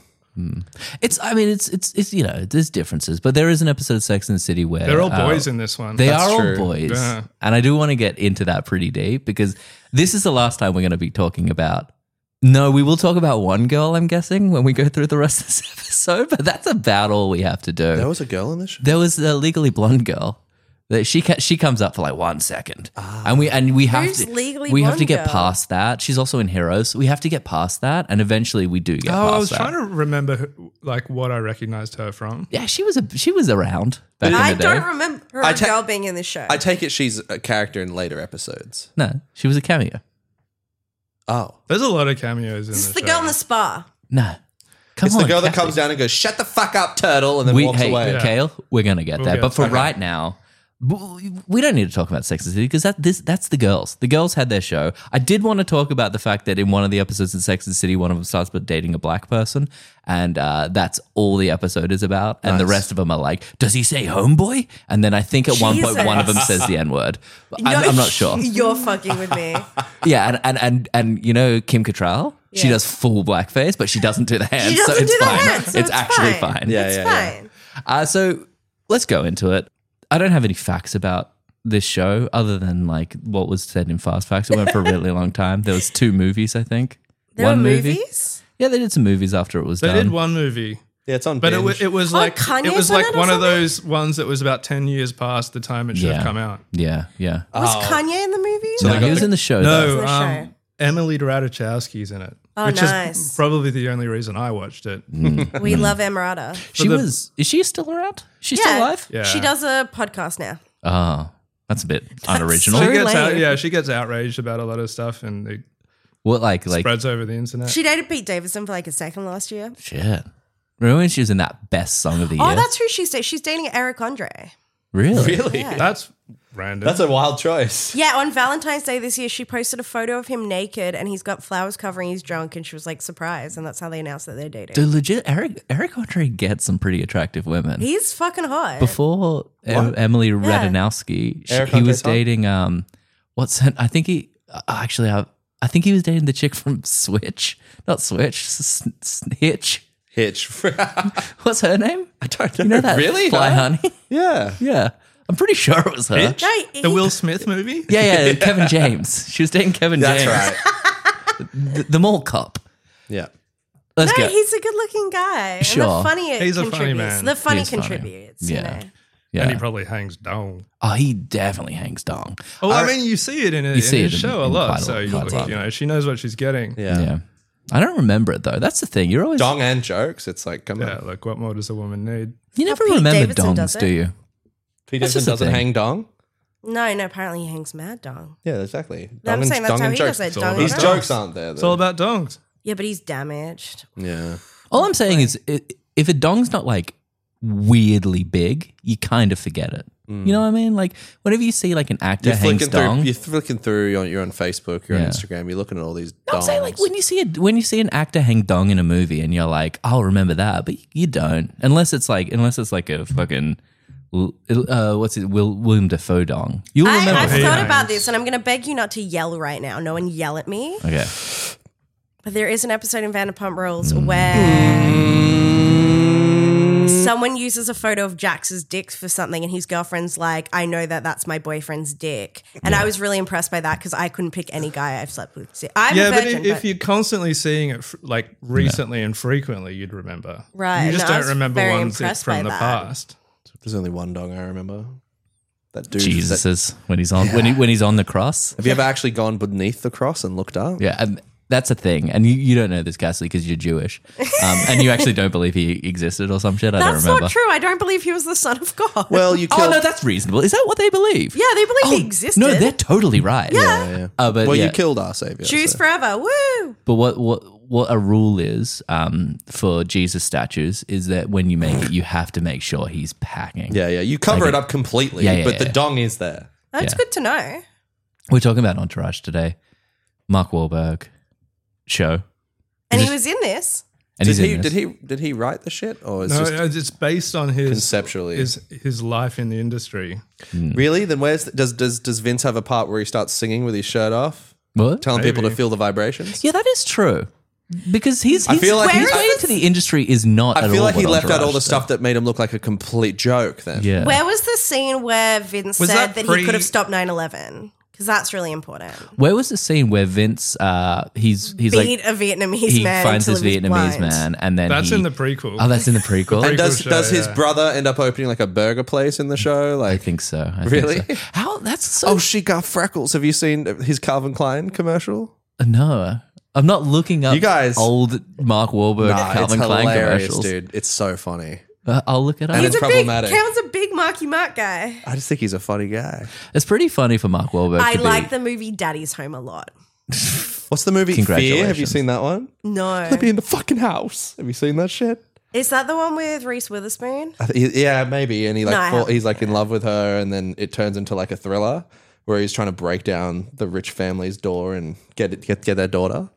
It's. I mean, it's. It's. It's. You know, there's differences, but there is an episode of Sex and the City where They're all uh, boys Uh-huh. in this one. they That's- are true. all boys, Yeah. and I do want to get into that pretty deep because this is the last time we're going to be talking about. No, we will talk about one girl. I'm guessing when we go through the rest of this [laughs] episode, but that's about all we have to do. There was a girl in this show. There was a legally blonde girl. That she ca- she comes up for like one second, Ah. and we and we have Who's to Legally we have to Blonde get girl? past that. She's also in Heroes. So we have to get past that, and eventually we do get. Oh, past I was that. trying to remember who, like what I recognized her from. Yeah, she was a she was around back I in the day. don't remember her I ta- girl being in this show. I take it she's a character in later episodes. no, she was a cameo. Oh, There's a lot of cameos in this this. is the girl in the spa. No, come it's on, the girl that Kathy. comes down and goes, "Shut the fuck up, turtle," and then We, walks hey, away. Kale, we're gonna get We'll there, get but for there. right now, w- we don't need to talk about Sex and the City because that this that's the girls. The girls had their show. I did want to talk about the fact that in one of the episodes of Sex and the City, one of them starts but dating a black person, and uh, that's all the episode is about. And the rest of them are like, "Does he say homeboy?" And then I think at one point one of them says the n word. I'm, I'm not sure. [laughs] You're fucking with me. [laughs] Yeah, and and and, and you know Kim Cattrall, she Yeah. does full blackface, but she doesn't do the hands, She doesn't so it's do the fine. hands, so it's, actually fine. Yeah, it's yeah, yeah. fine. Uh, so let's go into it. I don't have any facts about this show other than like what [laughs] was said in Fast Facts. It went for a really long time. There was two movies, I think. There were movies. Yeah, they did some movies after it was They done. did one movie, Yeah, it's on. but it, wa- Binge. it was Oh, like Kanye's it was in like it or one of something? those ones that was about ten years past the time it should Yeah. have come out. Yeah, yeah. Was Oh. Kanye in the movie? So no, they he got was the- in the show. though. No, That's the show. um, Emily Ratajkowski's in it, Oh, which nice. is probably the only reason I watched it. we Mm. love Emirata. she the- was. Is she still around? She's still Yeah. alive. Yeah, She does a podcast now. Oh, that's a bit unoriginal. so- She gets out, Lame. yeah, she gets outraged about a lot of stuff and it what like like spreads over the internet. She dated Pete Davidson for like a second last year. shit? Remember when she was in that best song of the Oh, year? that's who she's dating. She's dating Eric Andre. really. really. That's random. That's a wild choice. Yeah, on Valentine's Day this year, she posted a photo of him naked and he's got flowers covering his junk, and she was like surprised, and that's how they announced that they're dating. Dude, legit. Eric Eric Andre gets some pretty attractive women. He's fucking hot. Before em- Emily Radonowski, she, Eric he was Andre's hot. dating um, what's her, I think he uh, actually I, I think he was dating the chick from Switch, not Switch, S- S- Hitch. Hitch. [laughs] What's her name? I don't know. You know that Really? Fly No. Honey? yeah. Yeah, I'm pretty sure it was her. Hitch? no, he- the Will Smith movie? Yeah, yeah, [laughs] Kevin James. She was dating Kevin That's James, right. the, the mall cop. [laughs] Yeah. Let's no, go. he's a good looking guy. And Sure. the funny He's a funny contributes. man. The funny He's funny. contributes. Yeah. You know? yeah. And he probably hangs down. oh, he definitely hangs dong. Oh, I, mean, you see it in, a, in see his it in- show a in lot, quite a- so you, quite a look, lot. you know she knows what she's getting. Yeah. Yeah. I don't remember it though. That's the thing. You're always Dong and jokes. It's like, come Yeah, on. like what more does a woman need? you never Pete remember Davidson does dongs, it. do you? Pete That's Davidson just the doesn't thing. hang dong. No, no, apparently he hangs mad dong. Yeah, exactly. No, I'm and- saying that's how and he does jokes. it. It's all Dong about His and Dongs. dong. jokes aren't there. It's all Though. about dongs. Yeah, but he's damaged. yeah. All I'm saying is, i if a dong's not like weirdly big, you kind of forget it. You know what I mean? Like whenever you see like an actor Mm. You're hangs flicking through. dong, You're flicking through. You're on, you're on Facebook. You're Yeah. on Instagram. You're looking at all these. I'm saying like when you see a, when you see an actor hang dong in a movie, and you're like, I'll remember that, but you don't unless it's like unless it's like a fucking uh, what's it Will, William Defoe dong. You'll I, remember. I've Hey, thought guys. about this, and I'm going to beg you not to yell right now. No one yell at me. okay. But there is an episode in Vanderpump Rules Mm. where someone uses a photo of Jax's dick for something, and his girlfriend's like, "I know that that's my boyfriend's dick," and I was really impressed by that because I couldn't pick any guy I've slept with. I'm yeah, a but virgin, if, but, if you're constantly seeing it fr- like recently and frequently, you'd remember. Right, You just no, I don't was remember very ones that- impressed by from the that. past. There's only one dong I remember. That dude. that- Jesus when he's on when he, when he's on the cross. have you ever actually gone beneath the cross and looked up? Yeah, and that's a thing. And you, you don't know this Gasly because you're Jewish, um, and you actually don't believe he existed or some shit. I that's don't remember. not true. I don't believe he was the son of God. Well, you Oh killed. no, that's reasonable. Is that what they believe? [laughs] yeah, they believe Oh, he existed. No, they're totally right. Yeah. yeah. Uh, but well, yeah. you killed our savior. Jews so- forever. Woo! But what what what a rule is um, for Jesus statues is that when you make it, you have to make sure he's packing. Yeah, yeah. You cover it up completely, Yeah, yeah, but the yeah. dong is there. That's Yeah. good to know. We're talking about Entourage today. Mark Wahlberg show. And he was in this. And did he's in he? this. Did he? Did he write the shit, or is No, just it's based on his conceptually? his his life in the industry. really? Then where's the, does does does Vince have a part where he starts singing with his shirt off, What? telling people to feel the vibrations? Yeah, that is true. Because he's, I he's feel like his he's- way into the industry is not. I at feel all like he what left out all Entourage the did. stuff that made him look like a complete joke. Then Yeah. Where was the scene where Vince Was said that, that he pre- could have stopped 9 11? Because that's really important. Where was the scene where Vince? Uh, he's he's Beat like a Vietnamese he man. finds his until he was Vietnamese blind. man, and then That's he- in the prequel. Oh, that's in the [laughs] prequel. And does show, does his yeah. brother end up opening like a burger place in the I show? Like, think so. I think Really? so. How? That's so. oh, she got freckles. Have you seen his Calvin Klein commercial? No, I'm not looking up You guys- old Mark Wahlberg Nah, Calvin it's Klein hilarious, commercials. dude. It's so funny. Uh, I'll look it up. And It's, He's It's a big, problematic. Kevin's a big Marky Mark guy. I just think he's a funny guy. pretty funny for Mark Wahlberg. I to be- like the movie Daddy's Home a lot. What's the movie? Fear. Have you Congratulations. seen that one? No. Let me in the fucking house. Have you seen that shit? Is that the one with Reese Witherspoon? I th- yeah, maybe. And he No, I like fall, haven't. he's like in love with her, and then it turns into like a thriller where he's trying to break down the rich family's door and get it, get get their daughter.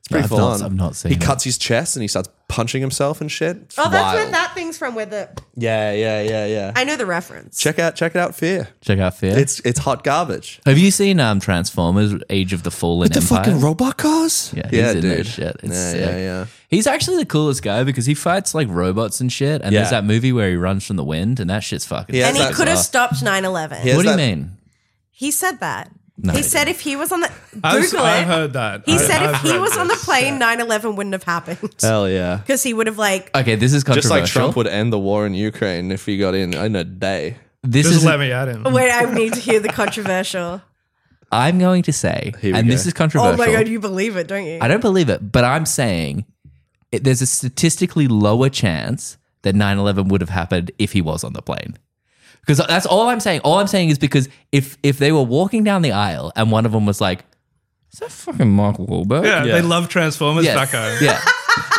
It's pretty I've full not- on. I've not seen He it. cuts his chest and he starts punching himself and shit. It's Oh, that's where wild. that thing's from. Where the Yeah, yeah, yeah, yeah. I know the reference. check out check it out. Fear. Check out Fear. It's it's hot garbage. Have you seen um, Transformers: Age of the Fallen The Empire? fucking robot cars. yeah, he's yeah, in that dude. shit. It's yeah, sick. yeah, yeah. He's actually the coolest guy because he fights like robots and shit. And there's Yeah. that movie where he runs from the wind, and that shit's fucking. Yeah, sick and he that's as could have well. stopped 9 11. Yeah. What do you that- mean? He said that. No, he said if he was on the I've, Google I've it. heard that. he I- said I've if he read was on the this. plane, 9-11 wouldn't have happened Uh, Hell yeah. because he would have like okay, this is Just controversial. like Trump would end the war in Ukraine if he got in in a day. this Just is let me at him. oh, Wait, I need to hear the controversial. I'm going to say, we and this go. is controversial. oh my god, you believe it, don't you? I don't believe it, but I'm saying it, there's a statistically lower chance that 9 11 would have happened if he was on the plane. Because that's all I'm saying. All I'm saying is because if if they were walking down the aisle and one of them was like, "Is that fucking Mark Wahlberg?" yeah, they love Transformers Yes. back [laughs] home. yeah.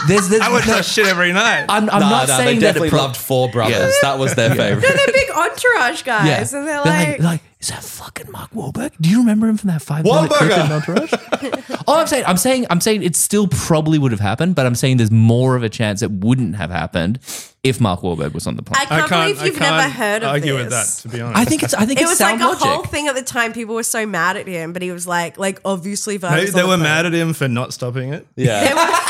There's, there's, [laughs] I watch that shit every night. I'm, I'm not saying they that. it definitely pro- loved Four Brothers. That was [laughs] their favorite. They're big entourage guys, and they're like, is that fucking Mark Wahlberg? Do you remember him from that five minute clip Wahlberger! in [laughs] Entourage? All I'm saying, I'm saying, I'm saying, it still probably would have happened, but I'm saying there's more of a chance it wouldn't have happened if Mark Wahlberg was on the plane. I I can't, can't. believe you've I can't never heard of argue this. with that. To be honest, I, think it's, I think It it's was like sound a logic. whole thing at the time. People were so mad at him, but he was like, like obviously, Maybe they were mad at him for not stopping it. [laughs] Yeah.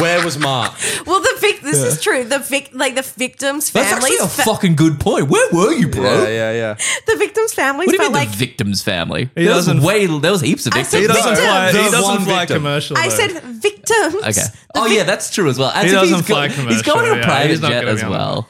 Where was Mark? Well, the vic- this is true. The vic- like the victims' That's families, actually a fe- fucking good point. Where were you, bro? [laughs] Yeah, yeah, yeah. the victims' families What do you felt mean like. the victim's family? He there was doesn't- way, there was heaps of I victims. said He doesn't Victim. fly. He The doesn't one fly victim. commercial. I though. said victims. Okay. Oh yeah, that's true as well. As if doesn't he's, go- fly he's going commercial, on a yeah, private he's not jet gonna as be on that. well.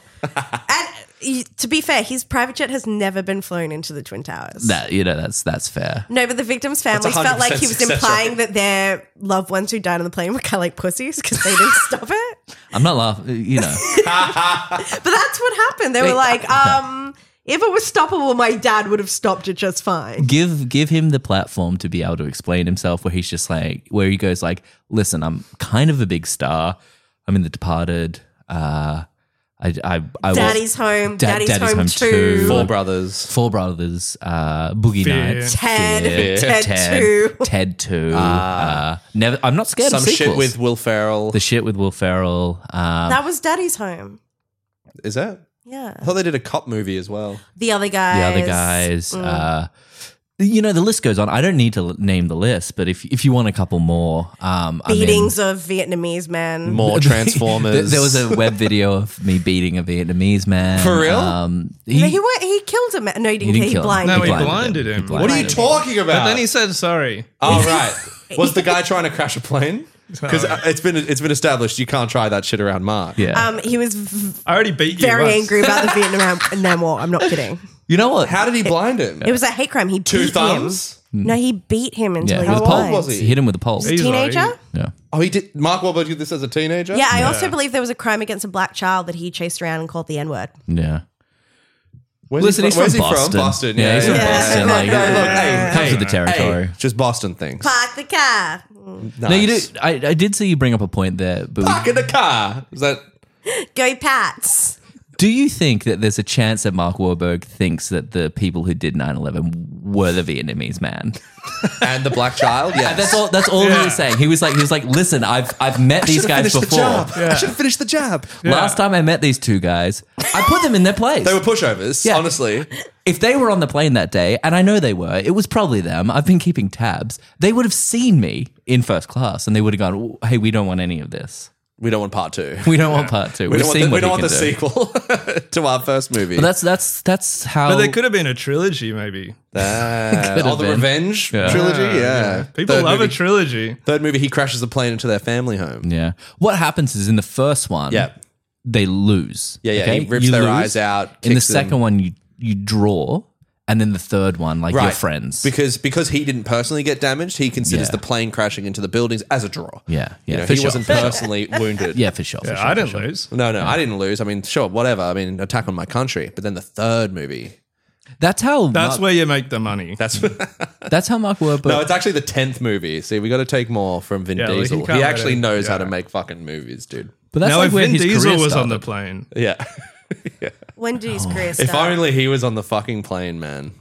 And, y- to be fair, his private jet has never been flown into the twin towers. That you know, that's that's fair. No, but the victims' families felt 100% like he was success implying that their loved ones who died on the plane were kind of like pussies because they didn't [laughs] stop it. I'm not laughing. You know. [laughs] But that's what happened. They were Wait, [laughs] like, um, if it was stoppable, my dad would have stopped it just fine. give give him the platform to be able to explain himself where he's just like where he goes like listen i'm kind of a big star i'm in the departed uh i i, I was- Daddy's home. Dad- daddy's, Daddy's home, home too. too. Four Brothers. four brothers uh boogie Fear. nights Ted. Fear, Ted two. ted [laughs] two uh never i'm not scared Ah. Some of sequels. shit with Will Ferrell. the shit with will ferrell um That was daddy's home. Is that? Yeah. I thought they did a cop movie as well. The other guys. the other guys Mm. uh you know the list goes on. I don't need to l- name the list, but if if you want a couple more, um, I mean- Beatings of Vietnamese [laughs] men. More Transformers. There, there was a web video of me beating a Vietnamese man. [laughs] For real? Um, he, No, he, wa- he killed him. No, he didn't. didn't he kill him. blinded No, him. he blinded blinded him. him. He But blinded What are you talking about? then he said sorry. Oh right. Was the guy trying to crash [laughs] a plane? Because uh, it's been it's been established you can't try that shit around Mark. yeah. Um, he was v- I already beat you. very once. angry about the Vietnam [laughs] Vietnam War. I'm not kidding. you know what? How did he blind him? It was a hate crime. He Two beat thumbs. him. No, he beat him yeah, until with he was a How old pole. blind. was he? hit him with a pole. He's Teenager? like- yeah. Oh, he did. Mark Wahlberg did this as a teenager. Yeah, I also believe there was a crime against a black child that he chased around and called the N word. Yeah. Where's Listen, he he's from, from Boston. where's he from? Boston. Yeah, Yeah, he's from yeah. Boston. [laughs] Like, Look, look, hey, comes with the hey, territory. just Boston things. Park the car. Nice. No, you do. I, I did see you bring up a point there, but Park in the car. Is that? Go Pats. do you think that there's a chance that Mark Warburg thinks that the people who did 9/11 were the Vietnamese [laughs] man? And the [laughs] black child. Yeah, That's all. That's all he Yeah. was saying. He was like, he was like, listen, I've I've met these guys finished the before. job. I should have finished the job. Last time I met these two guys, I put them in their place. They were pushovers. Yeah. Honestly, If they were on the plane that day, and I know they were, it was probably them. I've been keeping tabs. They would have seen me in first class, and they would have gone, "Hey, we don't want any of this. [laughs] we don't want part two. We don't want part two. We We've don't want seen the, what we don't he want the can do." sequel [laughs] to our first movie. But that's that's that's how. Oh. But there could have been a trilogy, maybe. [laughs] Uh, Ah, Could oh, have the been. revenge trilogy. Yeah, People Third love movie, a trilogy. Third movie, he crashes the plane into their family home. yeah. What happens is in the first one, Yeah. they lose. Yeah, yeah, okay? he rips You their lose. eyes out. In the kicks them. second one, you you draw, and then the third one, like your Right. friends. because because he didn't personally get damaged, he considers Yeah. the plane crashing into the buildings as a draw. yeah, yeah, You know, for he sure. wasn't personally [laughs] wounded. yeah, for sure. for Yeah, sure, I for didn't sure. lose. No, no, I didn't lose. I mean, sure, whatever. I mean, attack on my country. But then the third movie. That's how. That's Mark, where you make the money. That's Mm. that's how Mark Wahlberg. no. It's actually the tenth movie. See, we got to take more from Vin Yeah, like, he Diesel. He, can't let actually it- knows how yeah. to make fucking movies, dude. but that's now, like if where Vin his Diesel career was on started. the plane, Yeah. When did his career start? [laughs] if only he was on the fucking plane, man.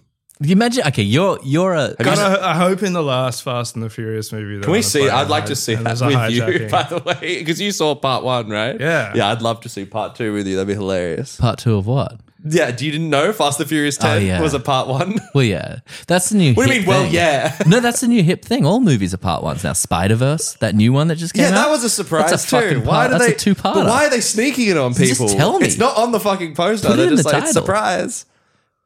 You imagine? Okay, you're you're a. God, I, I hope in the last Fast and the Furious movie. Can we see? I'd like to see that with you, [laughs] by But the way, because you saw part one, right? Yeah. Yeah, I'd love to see part two with you. That'd be hilarious. Part two of what? Yeah, do you didn't know Fast and Furious Ten Oh, yeah. was a part one? Well, yeah, that's the new. What do you hip mean? Well, thing. yeah. [laughs] No, that's the new hip thing. All movies are part ones now. Spider Verse, that new one that just came [laughs] Yeah, out. that was a surprise That's a too. fucking Why part- do that's they a two-parter. But why are they sneaking it on Just people? tell me. It's not on the fucking poster. Put it They're in just the like title. surprise.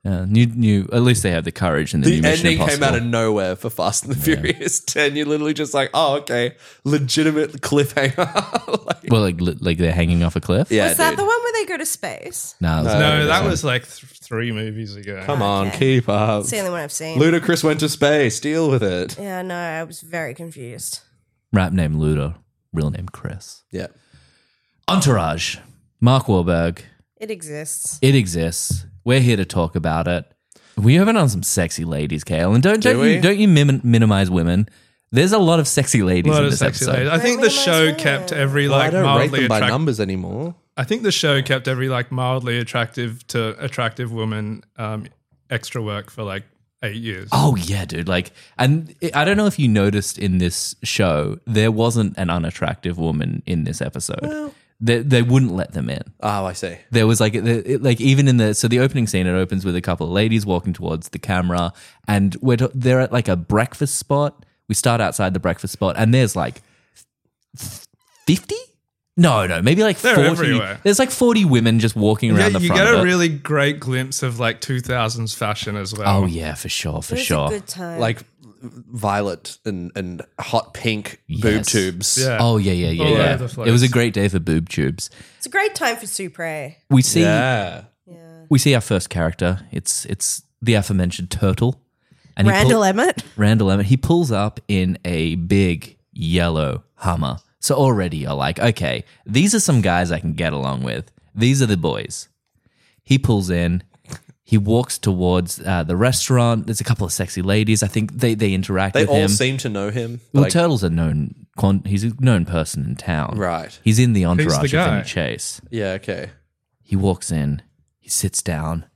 Yeah, new, new. At least they had the courage in the, The new Mission ending came Impossible. out of nowhere for Fast and the Furious [laughs] 10. You're literally just like, oh, okay, legitimate cliffhanger. [laughs] like, well, like li- like they're hanging off a cliff. yeah, Was that dude. the one where they go to space? No, it was- No, that was like th- three movies ago. Come on, keep up. It's the only one I've seen. Ludacris went to space. Deal with it. yeah, no, I was very confused. rap name Ludo, real name Chris. Yeah. Entourage, Mark Wahlberg. It exists. It exists. We're here to talk about it. We have it on some sexy ladies, Kale, and don't don't we? you, don't you minim- minimize women. There's a lot of sexy A ladies lot in of this sexy episode. ladies. I think Wait, the what am I show saying? kept every Well, I like don't rate mildly them by attractive. numbers anymore. I think the show kept every like mildly attractive to attractive woman um, extra work for like eight years. Oh yeah, dude. Like, and it- I don't know if you noticed in this show, there wasn't an unattractive woman in this episode. they, they wouldn't let them in. Oh, I see. There was like, the- it- like even in the so the opening scene, it opens with a couple of ladies walking towards the camera, and we're t- they're at like a breakfast spot. We start outside the breakfast spot, and there's like fifty. No, no, maybe like They're forty. everywhere. There's like forty women just walking yeah, around the you front. get of a it. really great glimpse of like 2000s fashion as well. oh yeah, for sure, for It was sure. a good time. Like violet and, and hot pink boob Yes. tubes. Yeah. Oh yeah, yeah, yeah, All yeah. over the It was a place. great day for boob tubes. it's a great time for Supre. We see Yeah. Yeah. we see our first character. It's it's the aforementioned turtle, and he Randall pull- Emmett. Randall Emmett. He pulls up in a big yellow Hummer. So already you're like, okay, these are some guys I can get along with. These are the boys. He pulls in. He walks towards uh, the restaurant. There's a couple of sexy ladies. I think they they interact They with all him. seem to know him. well, Like, Turtle's a known quan- he's a known person in town. right. He's in the entourage of guy. Vinny Chase. Yeah, okay. He walks in, he sits down.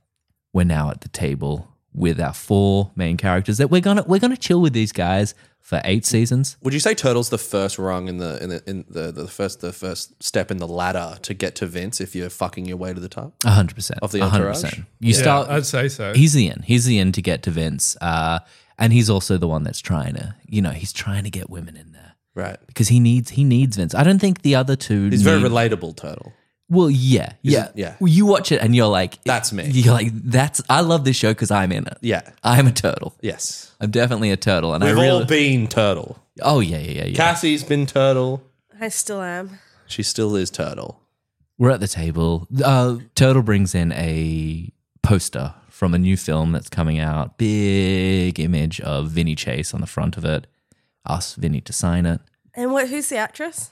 We're now at the table with our four main characters that we're gonna we're gonna chill with these guys for eight seasons. Would you say Turtle's the first rung in the in the in the, the first the first step in the ladder to get to Vince if you're fucking your way to the top? A hundred percent. Of the A hundred entourage? percent. You Yeah, start I'd say so. he's the end. He's the end to get to Vince. Uh and he's also the one that's trying to you know, he's trying to get women in there. Right. Because he needs he needs Vince. I don't think the other two He's need, very relatable, Turtle. Well, yeah. Yeah. yeah. Well, you watch it and you're like That's me. You're like, that's I love this show because I'm in it. Yeah. I'm a turtle. Yes. I'm definitely a turtle. And We've I really all been Turtle. Oh yeah, yeah, yeah, yeah. Cassie's been Turtle. I still am. She still is Turtle. We're at the table. Uh, Turtle brings in a poster from a new film that's coming out. Big image of Vinny Chase on the front of it. Ask Vinny to sign it. And what? Who's the actress?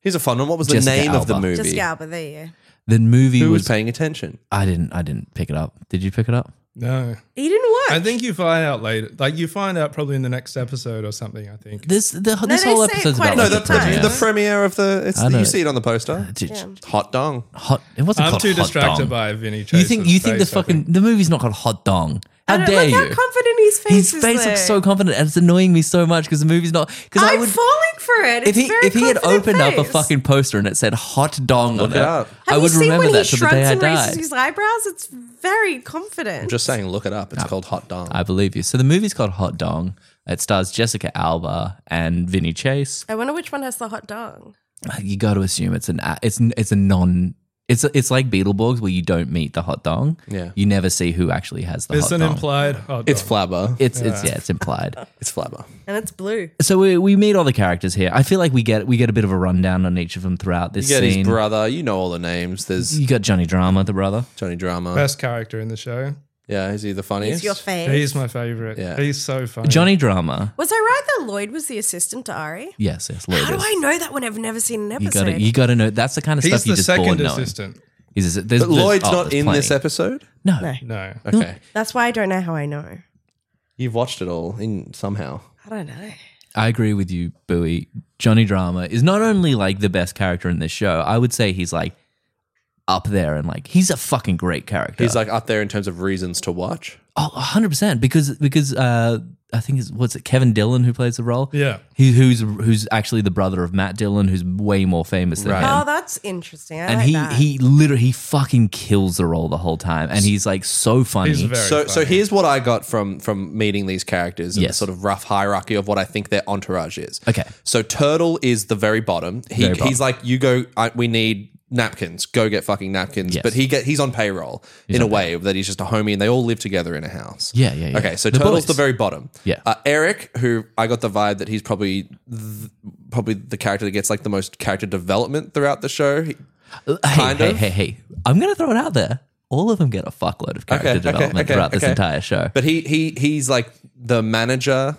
Here's a fun one. What was the Jessica name of the Alba. movie? Jessica Alba. There you go. The movie Who was. was paying attention? I didn't. I didn't pick it up. Did you pick it up? no. He didn't watch. I think you find out later. Like you find out probably in the next episode or something, I think. This the, this they whole say it episode's quite about a No, like the, the few the, times. premiere. the premiere of the. It's, I know. you see it on the poster. Dude, Hot dong. Hot. It wasn't I'm called too hot distracted dong. by Vinny Chase. You think you think the fucking the movie's not called hot dong? How I don't- dare look you? How confident his face His is. face though. looks so confident, and it's annoying me so much because the movie's not. Because I I'm would falling for it. if It's he very if he had confident opened up a face. fucking poster and it said hot dong on Look it up. I Have would you seen remember when that he till the day shrugs I and raises died. his eyebrows? It's very confident. Just saying, look it up. It's called Hot Dong. I believe you. So the movie's called Hot Dong. It stars Jessica Alba and Vinny Chase. I wonder which one has the hot dog. You got to assume it's an a- it's n- it's a non it's a, it's like Beetleborgs where you don't meet the hot dong. Yeah. you never see who actually has the It's hot an dong. implied hot It's dog. Flabber. it's it's yeah, it's implied. [laughs] It's Flabber. And it's blue. So we we meet all the characters here. I feel like we get we get a bit of a rundown on each of them throughout this You get scene. Mm. his brother. You know all the names. There's you got Johnny Drama, the brother. Johnny Drama. best character in the show. Yeah, is he the funniest? It's your face. He's my favorite. Yeah. He's so funny. Johnny Drama. Was I right that Lloyd was the assistant to Ari? Yes, yes. Lloyd How do is. I know that when I've never seen an You got episode? to you got to know. That's the kind of He's stuff you the just born second knowing. assistant. He's, there's, But Lloyd's not in plenty. this episode. No, No. No. Okay, That's why I don't know how I know. you've watched it all in somehow. I don't know. I agree with you, Bowie. Johnny Drama is not only like the best character in this show. I would say he's like up there and like he's a fucking great character. He's like up there in terms of reasons to watch. Oh, 100% because because uh I think it's what's it Kevin Dillon who plays the role? Yeah. He, who's who's actually the brother of Matt Dillon who's way more famous than Right. him. Oh, that's interesting. I Um, and like he that. he literally he fucking kills the role the whole time and he's like so funny. He's very So, funny. so here's what I got from from meeting these characters and Yes. the sort of rough hierarchy of what I think their entourage is. Okay. So Turtle is the very bottom. He, Very bottom. He's like, you go. I, we need napkins. Go get fucking napkins. Yes. But he get he's on payroll in a way that he's just a homie, and they all live together in a house. Yeah, yeah, yeah. Okay, so The turtle's boys. the very bottom. Yeah. uh, Eric, who I got the vibe that he's probably th- probably the character that gets like the most character development throughout the show. He- Hey, Kind hey, of. hey, hey. I'm going to throw it out there. All of them get a fuckload of character Okay, okay, development okay, throughout this okay. entire show. but he he he's like the manager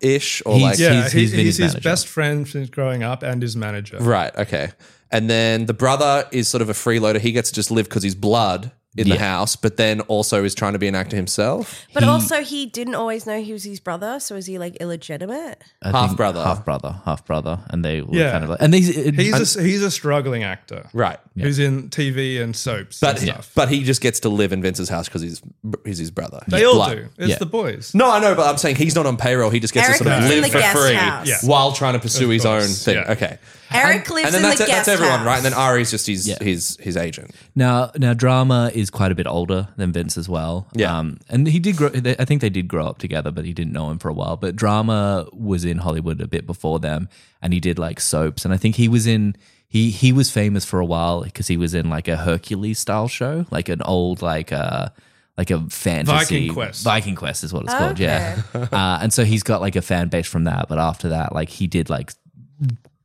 ish or like Yeah, He's- he- he's he's, been his his, manager. best friend since growing up and his manager. Right. Okay. And then the brother is sort of a freeloader. He gets to just live because he's blood in the house, but then also is trying to be an actor himself. But also, he didn't always know he was his brother. So is he like illegitimate? I Half think brother. half brother, half brother, and they were Yeah. kind of like, and these, it- He's a, he's a struggling actor. Right. Who's in TV and soaps But and stuff. but he just gets to live in Vince's house because he's he's his brother. They He's all blood. do. It's Yeah. the boys. No, I know, but I'm saying he's not on payroll. He just gets Eric to sort of lives in live the for guest free house. Yeah. while trying to pursue his own course, thing. yeah. Okay. Eric lives And then in that's the it. guest That's everyone, house. right? And then Ari's just his Yeah. his his agent. Now, now, drama is quite a bit older than Vince as well. Yeah. um, and he did. Grow, they- I think they did grow up together, but he didn't know him for a while. But drama was in Hollywood a bit before them, and he did like soaps. And I think he was in. He he was famous for a while because he was in like a Hercules style show, like an old like uh like a fantasy Viking Quest. Viking Quest is what it's called. Yeah, [laughs] uh, and so he's got like a fan base from that. But after that, like he did like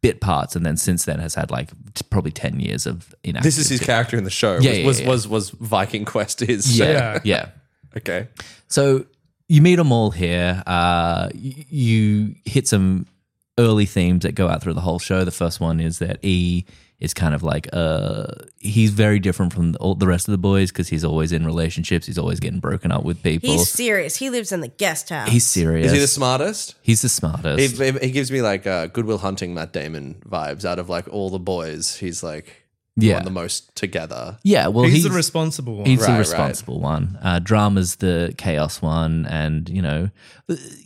bit parts, and then since then has had like t- probably ten years of inactive. This is his character in the show. Yeah, was, yeah, was, yeah. was was Viking Quest his show. yeah yeah. Okay. So you meet them all here. Uh, y- you hit some early themes that go out through the whole show. The first one is that E is kind of like uh, he's very different from the, all the rest of the boys because he's always in relationships. He's always getting broken up with people. He's He's, serious. He lives in the guest house. serious. Is he the smartest? he's the smartest. It, it, it gives me like uh, Goodwill Hunting Matt Damon vibes. Out of like all the boys, he's like the Yeah. one the most together. yeah, well, he's, he's, the responsible one. he's Right, the right. responsible one. Uh, drama's the chaos one, and you know,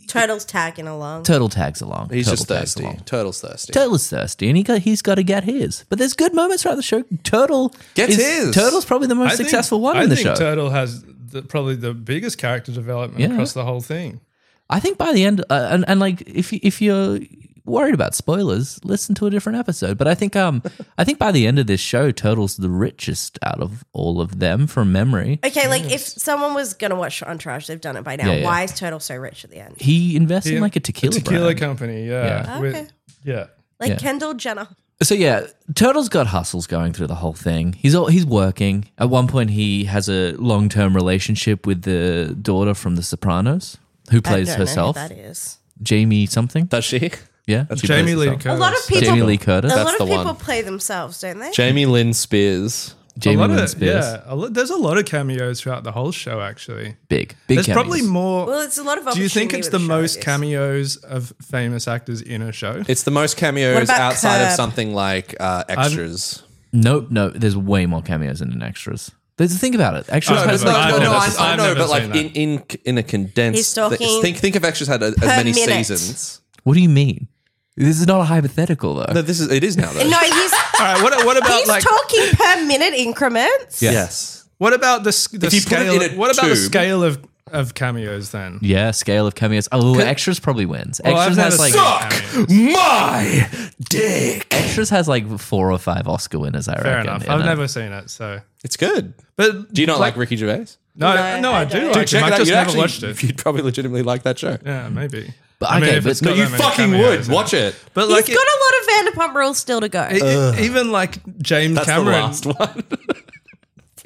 Turtle's tagging along. Turtle tags along. He's Turtle just tags thirsty. along. Turtle's thirsty. Turtle's thirsty, and he got, he's got to get his. But there's good moments throughout the show. Turtle Gets is- his. Turtle's probably the most I think- successful one I in the think show. Turtle has the, probably the biggest character development Yeah. across the whole thing. I think by the end, uh, and, and like if you- if you're worried about spoilers, listen to a different episode. But I think um [laughs] I think by the end of this show, Turtle's the richest out of all of them from memory. Okay, like if someone was gonna watch Entourage, they've done it by now. Yeah, yeah. Why is Turtle so rich at the end? He invests in Yeah. like a tequila, Tequila brand. Company, yeah. Yeah. With- Okay. yeah. Like Yeah. Kendall Jenner. So yeah, Turtle's got hustles going through the whole thing. He's all, he's working. At one point, he has a long term relationship with the daughter from The Sopranos, who plays I don't herself, Know who that is. Jamie something. Does she? Yeah, Jamie Lee Curtis. Curtis. A lot of people. Jamie Lee Curtis. A That's lot of the people one. play themselves, don't they? [laughs] Jamie Lynn Spears. A Jamie lot Lynn of- Spears. yeah, a lot, there's a lot of cameos throughout the whole show. Actually, Big, big. there's cameos. probably more. Well, it's a lot of do you think opportunity it's with the the show, I most guess. cameos of famous actors in a show? It's the most What cameos about outside of Curb? something like uh, extras. Nope, no. There's way more cameos than in extras. There's think about it. Extras No, has but like I've no, twelve no, never I, episodes. seen- I I've know, never but like seen in, in in a condensed. He's talking think think if extras had a, as many minute. seasons. what do you mean? This is not a hypothetical though. No, this is it is now though. No, he's All right, what, what [laughs] about he's like talking per minute increments. Yeah. Yes. what about the, s- the If you put it scale? in a what about the tube- scale of of cameos then? yeah, scale of cameos. Oh, extras probably wins. Well, I've extras never has like seen Fuck cameos. my dick. extras has like four or five Oscar winners. I Fair reckon. enough. And, I've uh, never seen it, so. It's good. But Do you not like, Ricky Gervais? No, No, no, I I, don't. do. Dude, Like Check him. it I've out. just You'd never actually- watched it. You'd probably legitimately like that show. [laughs] Yeah, maybe. But I mean, okay, if but- it's No, got You that many fucking cameos would in watch it. But He's like, got a lot of Vanderpump Rules still to go. it- it- even like James That's Cameron, the last one.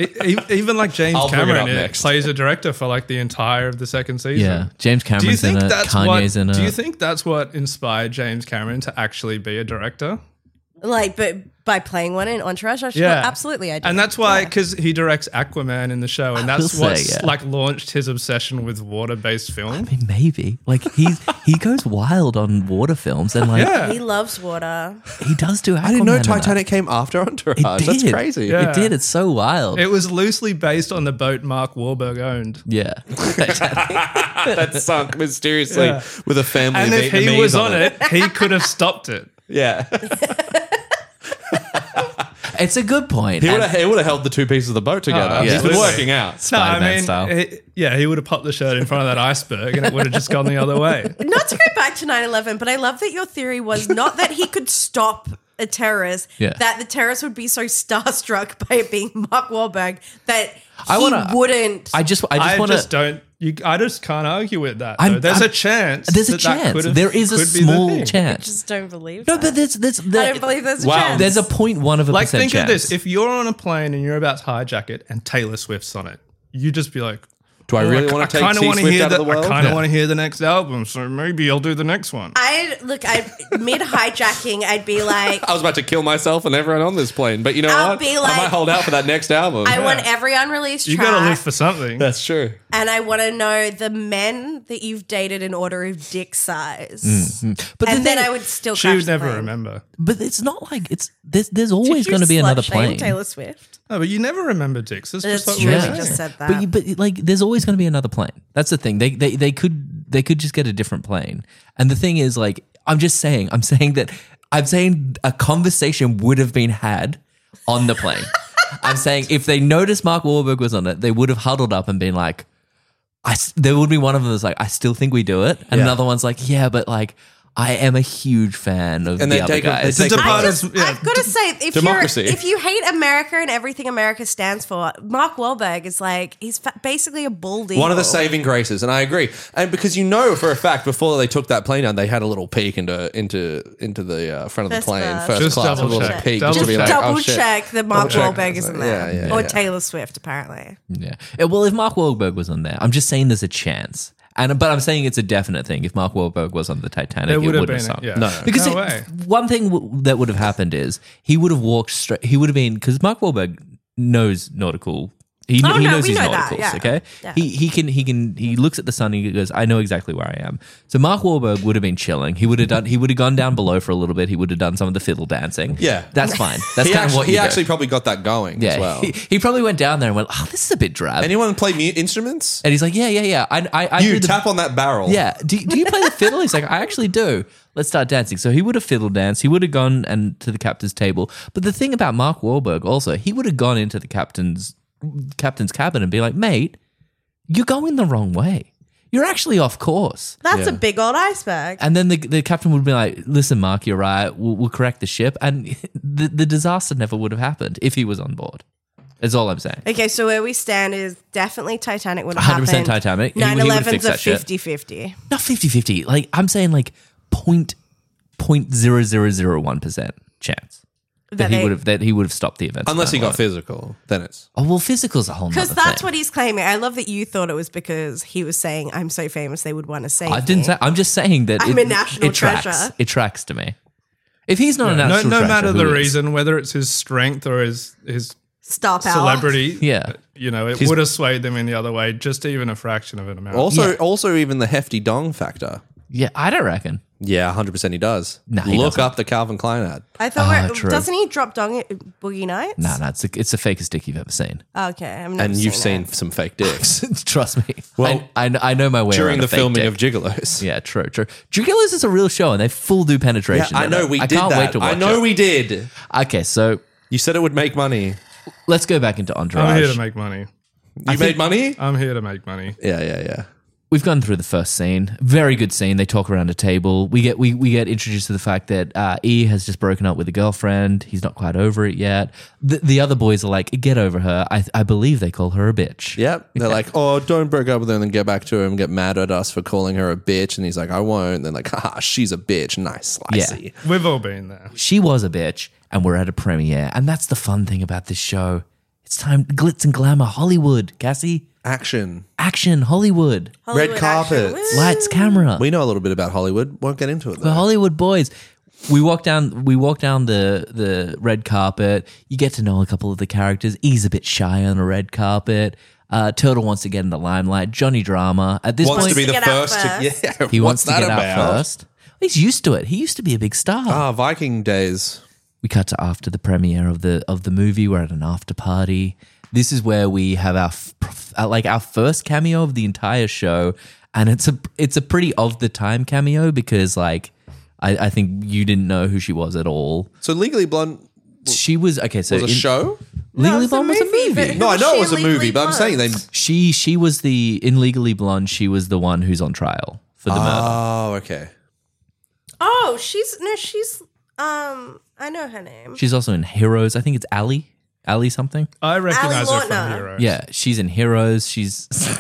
e- e- even like James I'll bring it Cameron, up it next. plays a director for like the entire of the second season. yeah, James Do you Cameron's in think it. that's Kanye's what? in it. Do you think that's what inspired James Cameron to actually be a director? Like, but by playing one in Entourage, I should Yeah. absolutely. I do. And that's why, because he directs Aquaman in the show, and that's will what's say, yeah. like launched his obsession with water-based film. I mean, maybe like he's he goes wild on water films and like Yeah, he loves water. he does do. Aquaman I didn't in know that. Titanic came after It Entourage. That's did. crazy. Oh, Yeah. It did. It's so wild. it was loosely based on the boat Mark Wahlberg owned. yeah, that sunk mysteriously Yeah. with a family. And of if he Vietnamese was on it, he could have stopped it. [laughs] yeah, it's a good point. he would And- have. He would have held the two pieces of the boat together. Oh, He's been absolutely. working out. No, [laughs] I Spider-Man mean, style. it- yeah, he would have popped the shirt in front of that iceberg and it would have [laughs] just gone the other way. [laughs] Not to go back to 9 11, but I love that your theory was not that he could stop a terrorist Yeah. that the terrorist would be so starstruck [laughs] by it being Mark Wahlberg that he I wanna- wouldn't. I just I I just just, want to. don't. You, I just can't argue with that. I'm- though. There's I'm- a chance. There's a that that chance. could've- there is a could be the small thing. chance. just don't believe. No, that. but there's there's I don't believe there's a Wow. chance. there's a point one of a Like, percent think chance. of this: if you're on a plane and you're about to hijack it, and Taylor Swift's on it, you just be like, Do I "Oh, really c- want to take kinda T wanna Swift hear out of the world? I kind of Yeah. want to hear the next album, so maybe I'll do the next one." I look. I mid hijacking. I'd be [laughs] like, I was about to kill myself and everyone on this plane, but you know I'll what? be I like- might hold out for that next album. I Yeah. want every unreleased you track, got to live for something. That's true. and I want to know the men that you've dated in order of dick size. Mm-hmm. but the And then thing- I would still. she crash would the never plane. remember. But it's not like it's there's there's Did always you going to be slut another shame plane. Taylor Swift. No, but you never remember dicks. That's That's just like true. we were She saying. just said that. But you, but like there's always going to be another plane. That's the thing. They, they they could they could just get a different plane. And the thing is like I'm just saying I'm saying that I'm saying a conversation would have been had on the [laughs] plane. I'm saying if they noticed Mark Wahlberg was on it, they would have huddled up and been like, I s- there would be one of them that's like I still think we do it. And Another one's like yeah, but like I am a huge fan of And the they other take a- they guys. take a- I But just, it's- yeah, I've got to say, if Oh, democracy. you if you hate America and everything America stands for, Mark Wahlberg is like he's fa- basically a bull One of eagle. the saving graces, and I agree. And because you know for a fact, before they took that plane down, they had a little peek into into into the uh, front of First the plane, class. first Just class, a double little check. peek Double to Just be like, double oh shit. check that Mark Double check. Wahlberg isn't there, Yeah, yeah, or yeah. Taylor Swift apparently. Yeah. Yeah, Well, if Mark Wahlberg was on there, I'm just saying there's a chance. And but I'm saying it's a definite thing. If Mark Wahlberg was on the Titanic, There it would would have not been. have sunk. No. yeah. Because No it- way. one thing w- that would have happened is he would have walked straight. He would have been because Mark Wahlberg knows nautical. He, Oh, he no, knows we his know that, nauticals. yeah. Okay, Yeah. he he can he can he looks at the sun. and He goes, I know exactly where I am. So Mark Wahlberg would have been chilling. He would have done. He would have gone down below for a little bit. He would have done some of the fiddle dancing. Yeah. that's [laughs] fine. That's He kind of actually, what he you do. actually probably got that going Yeah, as well. [laughs] he, he probably went down there and went, "Oh, this is a bit drab." Anyone play mu- instruments? And he's like, yeah, yeah, yeah. I, I, I You do the- tap on that barrel. yeah. Do, do you play the fiddle? He's like, I actually do. Let's start dancing. So he would have fiddle danced. He would have gone and to the captain's table. But the thing about Mark Wahlberg also, he would have gone into the captain's captain's cabin and be like, mate, you're going the wrong way. You're actually off course. That's a big old iceberg. And then the, the captain would be like, listen, Mark, you're right. We'll, we'll correct the ship. And [laughs] the, the disaster never would have happened if he was on board. That's all I'm saying. Okay, so where we stand is definitely Titanic would have 100% happened. Titanic. He- he 9 would've 11's fixed a that shit. 50 50. not 50 50 like i'm saying like point point zero zero zero one percent chance that, he would have that he would have stopped the event Unless he got fit. physical, then it's. oh well physical's a whole Because nother that's thing. what he's claiming. I love that you thought it was because he was saying, I'm so famous, they would want to save i didn't me." say i'm just saying that I'm it, a national it tracks treasure. it tracks to me if he's not a No, national no treasure, matter who the is? reason, whether it's his strength or his his Star power. celebrity, Yeah. you know, it would have swayed them in the other way, just even a fraction of an amount. Also, also even the hefty dong factor. yeah i don't reckon Yeah, 100% he does. Nah, he Look doesn't. up the Calvin Klein ad. I thought, Ah, we're true. doesn't he drop dong at Boogie Nights? no no it's the, it's the fakest dick you've ever seen [laughs] Okay, I'm not And you've seen seen some fake dicks trust me Well, I, I, I know my way during around a the fake filming dick. of Gigolos. yeah true true Gigolos is a real show and they full do penetration I in know it. we i did can't that. wait to watch I know it. we did. okay so You said it would make money. let's go back into entourage I'm here to make money. You made money? I'm here to make money. Yeah, yeah, yeah. we've gone through the first scene. Very good scene. They talk around a table. We get we, we get introduced to the fact that uh, E has just broken up with a girlfriend. He's not quite over it yet. The, the other boys are like, get over her. I, I believe they call her a bitch. Yep. They're like, oh, don't break up with her and then get back to him and get mad at us for calling her a bitch. And he's like, I won't. And they're like, haha, she's a bitch. Nice, slicey. We've all been there. She was a bitch, and we're at a premiere. And that's the fun thing about this show. It's time glitz and glamour Hollywood, Cassie. Action. Action Hollywood. that. Hollywood Red action. carpets. Woo. Lights, camera. We know a little bit about Hollywood. Won't get into it the though. Hollywood boys. We walk down. We walk down the the red carpet. You get to know a couple of the characters. He's a bit shy on a red carpet. Uh, Turtle wants to get in the limelight. Johnny Drama at this wants point to be the Get out first. To, first. [laughs] yeah. he what's wants to that get about? out first. He's used to it. He used to be a big star. Ah, Viking days. We cut to after the premiere of the of the movie. We're at an after party. This is where we have our f- uh, like our first cameo of the entire show, and it's a it's a pretty of the time cameo because like I, I think you didn't know who she was at all. So Legally Blonde She was okay. So was a in- show. No, Legally it was a Blonde was a movie, movie. but- No, I know She it was a Legally movie, but I'm Blonde. saying they. She she was the in Legally Blonde. She was the one who's on trial Ah. for the murder. Oh, okay. Oh, she's no, she's um I know her name. She's also in Heroes. I think it's Ali. Ali something. I recognize her from Lorna. Heroes. Yeah, she's in Heroes. She's [laughs]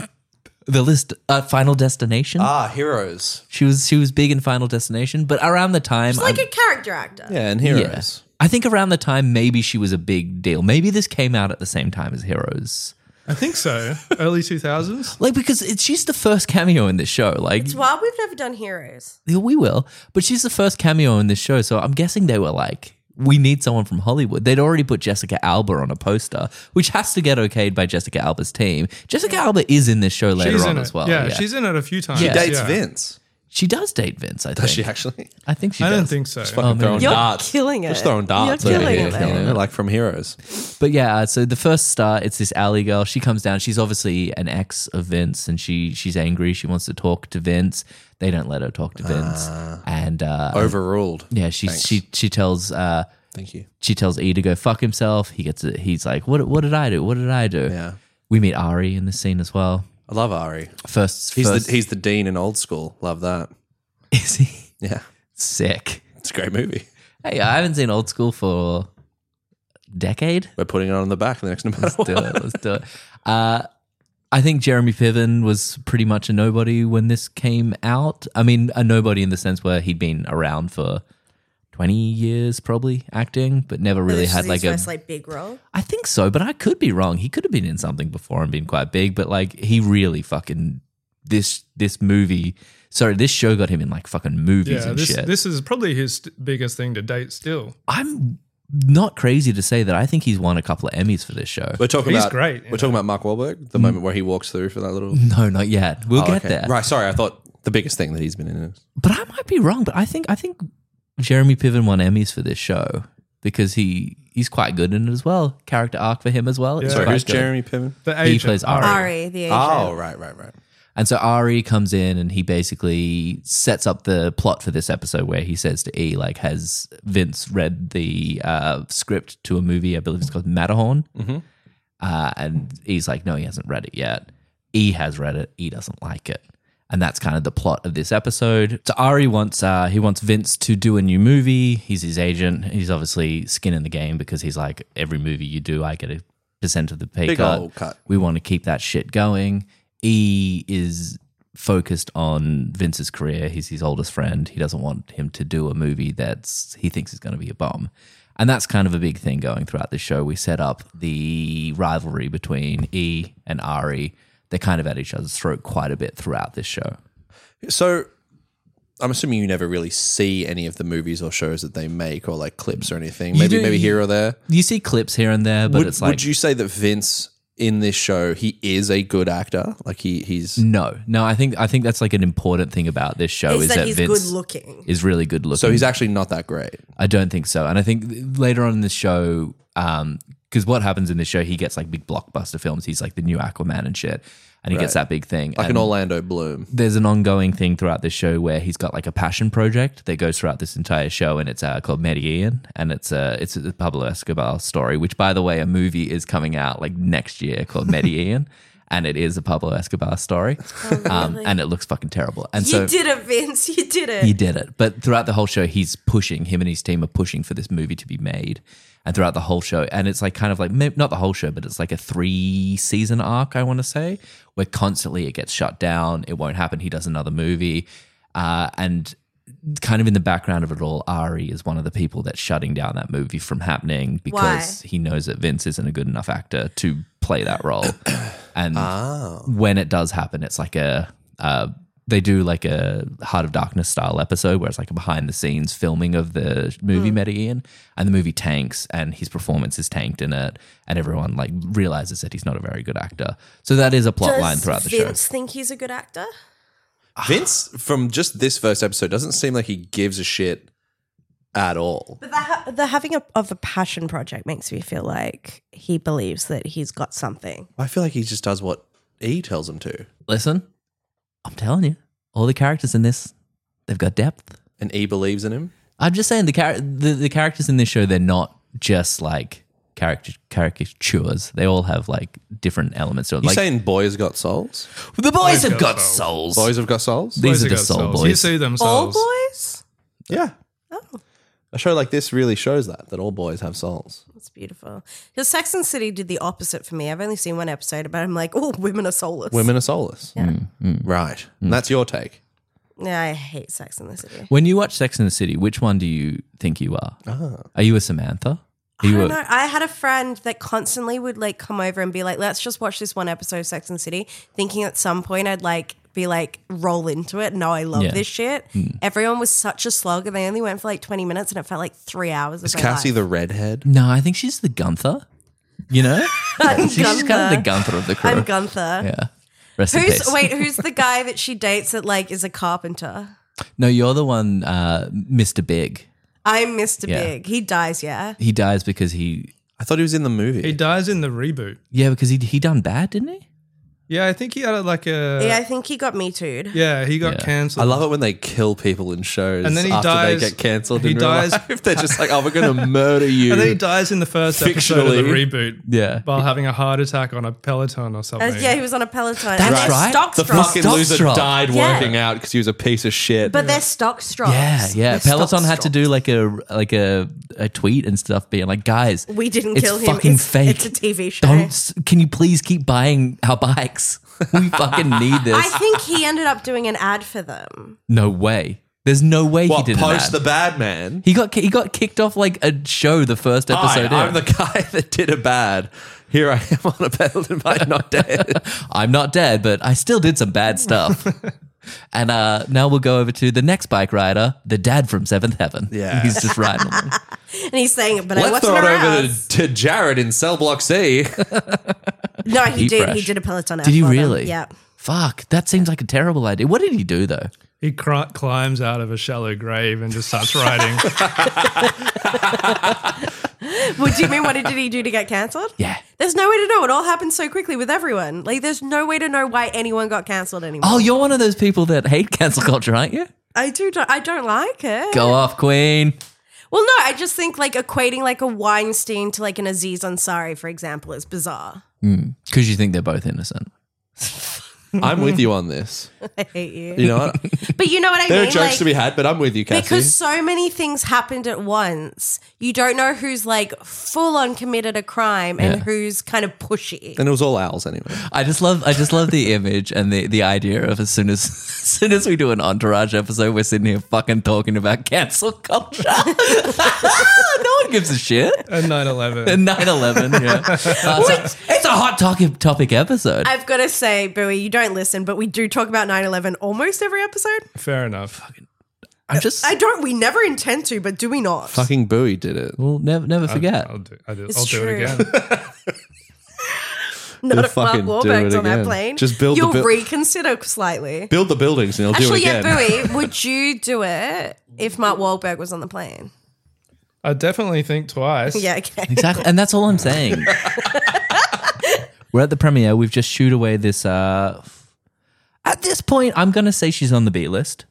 the list uh, Final Destination. Ah, heroes. she was she was big in Final Destination, but around the time She's like I- a character actor. Yeah, and yeah. heroes. I think around the time maybe she was a big deal. Maybe this came out at the same time as Heroes. I think so. [laughs] Early 2000s. Like because it, she's the first cameo in this show. Like It's wild we've never done heroes. Yeah, we will. But she's the first cameo in this show, so I'm guessing they were like, we need someone from Hollywood. They'd already put Jessica Alba on a poster, which has to get okayed by Jessica Alba's team. Jessica Alba is in this show later She's on in as it. well. yeah, she's in it a few times. She Dates yeah. Vince. she does date Vince. I think. Does she actually? I think she I does. don't think so. [laughs] Fucking throwing You're darts. killing it. Just throwing darts You're over killing here, it, you mate. know, like from heroes. But yeah, uh, so the first start, it's this alley girl. She comes down. She's obviously an ex of Vince, and she she's angry. She wants to talk to Vince. They don't let her talk to Vince, Ah. and uh, Overruled. yeah, she she she tells. Uh, Thank you. she tells E to go fuck himself. He gets it. He's like, what? What did I do? What did I do? Yeah. We meet Ari in this scene as well. I love Ari. First, He's first the he's the dean in old school. Love that. [laughs] is he Yeah. sick? It's a great movie. Hey, I haven't seen Old School for a decade. We're putting it on the back of the next [laughs] number. Let's do it. Let's do it. Uh, I think Jeremy Piven was pretty much a nobody when this came out. I mean, a nobody in the sense where he'd been around for twenty years, probably acting, but never really This is had his like a first, like big role. I think so, but I could be wrong. He could have been in something before and been quite big, but like he really fucking this this movie. Sorry, this show got him in like fucking movies Yeah, and this, shit. this is probably his st- biggest thing to date still. I'm not crazy to say that I think he's won a couple of Emmys for this show. We're talking He's about great, you We're talking about Mark Wahlberg. The moment where he walks through for that little. [laughs] No, not yet. We'll [laughs] Oh, get okay. there. Right. Sorry, I thought the biggest thing that he's been in. Is, But I might be wrong. But I think I think Jeremy Piven won Emmys for this show because he he's quite good in it as well. Character arc for him as well. It's Sorry, quite who's good. Jeremy Piven? The agent, plays Ari. Ari, the Ah. agent. Oh, right, right, right. And so Ari comes in and he basically sets up the plot for this episode where he says to E, like, has Vince read the uh, script to a movie? I believe it's called Matterhorn. Mm-hmm. Uh, and E's like, no, he hasn't read it yet. E has read it. E doesn't like it. And that's kind of the plot of this episode. So Ari wants uh, he wants Vince to do a new movie. He's his agent. He's obviously skin in the game because he's like every movie you do, I get a percent of the pay Big cut. old cut. We want to keep that shit going. E is focused on Vince's career. He's his oldest friend. He doesn't want him to do a movie that's he thinks is going to be a bomb. And that's kind of a big thing going throughout the show. We set up the rivalry between E and Ari. They're kind of at each other's throat quite a bit throughout this show. So, I'm assuming you never really see any of the movies or shows that they make, or like clips or anything. Maybe do- maybe here or there. You see clips here and there, but Would, it's like would you say that Vince in this show he is a good actor? Like he he's no, no. I think I think that's like an important thing about this show Is Oh, is that, that, he's Vince good looking. is really good looking. so he's actually not that great. I don't think so. And I think th- later on in the show, because what happens in the show, he gets like big blockbuster films. He's like the new Aquaman and shit, and he gets that big thing. Like and an Orlando Bloom. there's an ongoing thing throughout this show where he's got like a passion project that goes throughout this entire show, and it's uh, called Medellin, and it's a it's a Pablo Escobar story. Which, by the way, a movie is coming out like next year called [laughs] Medellin, and it is a Pablo Escobar story, um, and it looks fucking terrible. And so you did it, Vince. You did it. he did it. But throughout the whole show, he's pushing, him and his team are pushing for this movie to be made. And throughout the whole show, and it's like kind of like, ma- not the whole show, but it's like a three season arc, I want to say, where constantly it gets shut down. It won't happen. He does another movie. Uh, and kind of in the background of it all, Ari is one of the people that's shutting down that movie from happening because he knows that Vince isn't a good enough actor to play that role. and when it does happen, it's like a uh, they do like a Heart of Darkness style episode where it's like a behind the scenes filming of the movie Medellin, and the movie tanks, and his performance is tanked in it, and everyone like realizes that he's not a very good actor. So that is a plot Does line throughout the show. Vince think he's a good actor? Vince from just this first episode doesn't seem like he gives a shit at all. But the, ha- the having a, of a passion project makes me feel like he believes that he's got something. I feel like he just does what E tells him to, Listen, I'm telling you, all the characters in this, they've got depth. and E believes in him. I'm just saying the char- the, the characters in this show they're not just like character caricatures. They all have like different elements to it. You Like saying boys got souls? the boys have got got souls. Boys have got souls. These Boys are the Got soul Souls. boys. You see All themselves. boys? Yeah, A show like this really shows that that all boys have souls. It's beautiful. Because Sex and the City did the opposite for me. I've only seen one episode, but I'm like, oh, women are soulless. Women are soulless. Yeah. Right. And that's your take. Yeah, I hate Sex and the City. When you watch Sex in the City, which one do you think you are? Are you a Samantha? Are Ah. I you don't a, know. I had a friend that constantly would like come over and be like, let's just watch this one episode of Sex and the City, thinking at some point I'd like be like, roll into it. No, I love this shit. Hmm. Everyone was such a slog and they only went for like 20 minutes and it felt like three hours. Is Cassie the redhead? no, I think she's the Gunther. You [laughs] know? I'm she's just kind of the Gunther of the crew. I'm Gunther. yeah. Rest in Who's peace. wait? [laughs] Who's the guy that she dates that like is a carpenter? No, you're the one, uh, Mr. Big. I'm Mr. Yeah. Big. He dies. Yeah. He dies because he, I thought he was in the movie. He dies in the reboot. yeah, because he he done bad, didn't he? Yeah, I think he had like a. yeah, Yeah, I think he got me too'd. he got I cancelled. love it when they kill people in shows And then he after dies- they get cancelled. he in real dies- life. [laughs] They're just like, oh, we're going to murder you. [laughs] and then he dies in the first episode of the Fictionally. reboot. Yeah. While having a heart attack on a Peloton or Uh, something. yeah, he was on a Peloton. That's and their right. Stocks the dropped. fucking Stop loser drop. died Yeah. working out because he was a piece of shit. But their stocks dropped. Yeah, yeah. Peloton had to do like a like a, a tweet and stuff, being like, "Guys, We didn't it's kill him. Fucking It's- fake. it's a TV show." Don't. s- Can you please keep buying our bikes? [laughs] We fucking need [laughs] I this. think he ended up doing an ad for them. no way. There's no way what, he did post the that. bad man? [laughs] he got ki- he got kicked off like a show the first Hi, episode. I'm in. the guy [laughs] that did [laughs] a bad. Here I am [laughs] on a Peloton bike, not [laughs] dead. I'm not dead, but I still did some bad [laughs] stuff. and uh, now we'll go over to the next bike rider, the dad from Seventh Heaven. Yeah. [laughs] he's just riding. [laughs] along. And he's saying, but I Let's wasn't throw it around. over to, to Jared in cell [laughs] block C. no, he Eat did. He Fresh. did a Peloton ad. Did he for them. really? Yeah. Fuck, that seems like a terrible idea. What did he do though? He cr- climbs out of a shallow grave and just [laughs] starts riding. Well, do you mean what did he do to get cancelled? [laughs] Yeah. There's no way to know. It all happened so quickly with everyone. Like, there's no way to know why anyone got cancelled anymore. Oh, you're one of those people that hate cancel culture, aren't you? I do. I don't like it. Go off, Queen. Well, no, I just think like equating like a Weinstein to like an Aziz Ansari, for example, is bizarre. Because you think they're both innocent. I'm with you on this. I hate you. [laughs] You know [laughs] what? But you know what I There are mean? jokes Like, to be had, but I'm with you, Cassie. because so many things happened at once, you don't know who's like full on committed a crime and who's kind of pushy. and it was all owls anyway. I just love I just love the [laughs] image and the, the idea of as soon as [laughs] as soon as we do an entourage episode, we're sitting here fucking talking about [laughs] cancel culture. no one gives a shit. and 9 11. And 9-11, yeah. Uh, so it's a hot topic topic episode. I've got to say, Bowie, you don't listen, but we do talk about 9 11 almost every episode. Fair enough. I'm just I don't, we never intend to, but do we not? Fucking Bowie did it. we'll never never forget. I'll do, I do, It's I'll do it true. [laughs] again. not if Mark fucking do Wahlberg's it on that again. plane. Just build the You'll bu- reconsider slightly. Build the buildings and he'll Actually, do it again. yeah, [laughs] Bowie, would you do it if Mark Wahlberg was on the plane? I definitely think twice. Yeah, okay. Exactly. And that's all I'm [laughs] saying. We're at the premiere. We've just shooed away this. Uh, f- at this point, I'm going to say she's on the B list.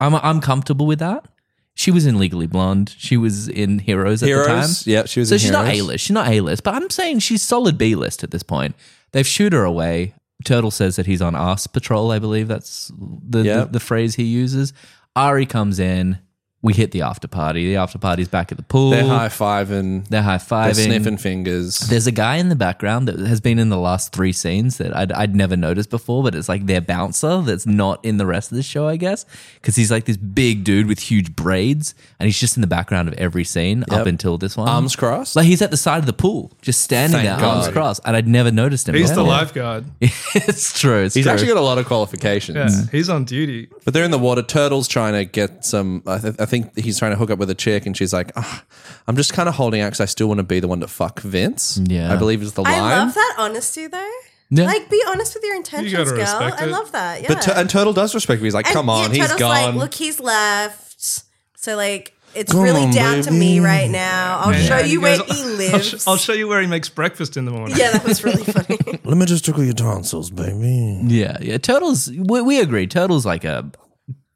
I'm, I'm comfortable with that. She was in Legally Blonde. She was in Heroes at Heroes. the time. Yeah, she was So in she's not Heroes. A list. She's not A list, but I'm saying she's solid B list at this point. They've shooed her away. Turtle says that he's on Arse Patrol, I believe that's the, Yeah. the, the phrase he uses. Ari comes in. We hit the after party. The after party's back at the pool. They're high fiving. They're high They're fiving. sniffing fingers. There's a guy in the background that has been in the last three scenes that I'd, I'd never noticed before, but it's like their bouncer that's not in the rest of the show, I guess, because he's like this big dude with huge braids, and he's just in the background of every scene up until this one. Arms crossed. Like he's at the side of the pool, just standing Thank there, arms God. crossed, and I'd never noticed him. He's the before. lifeguard. [laughs] it's true. It's He's true. actually got a lot of qualifications. Yeah, he's on duty. But they're in the water. Turtle's trying to get some. I, th- I think he's trying to hook up with a chick, and she's like, "Ah, "I'm just kind of holding out because I still want to be the one to fuck Vince." Yeah. I believe is the line. I love that honesty, though. Yeah. Like, be honest with your intentions, girl. respect I it. love that. Yeah. But Tur- and Turtle does respect me. He's like, And, "Come on, yeah, he's Turtle's gone." Like, look, he's left. So like, it's Come really on, down to baby. me right now. I'll show And you goes, where he [laughs] I'll, lives. sh- I'll show you where he makes breakfast in the morning. [laughs] yeah, that was really funny. [laughs] Let me just tickle your tonsils, baby. yeah, yeah. Turtles. We, we agree. Turtles like a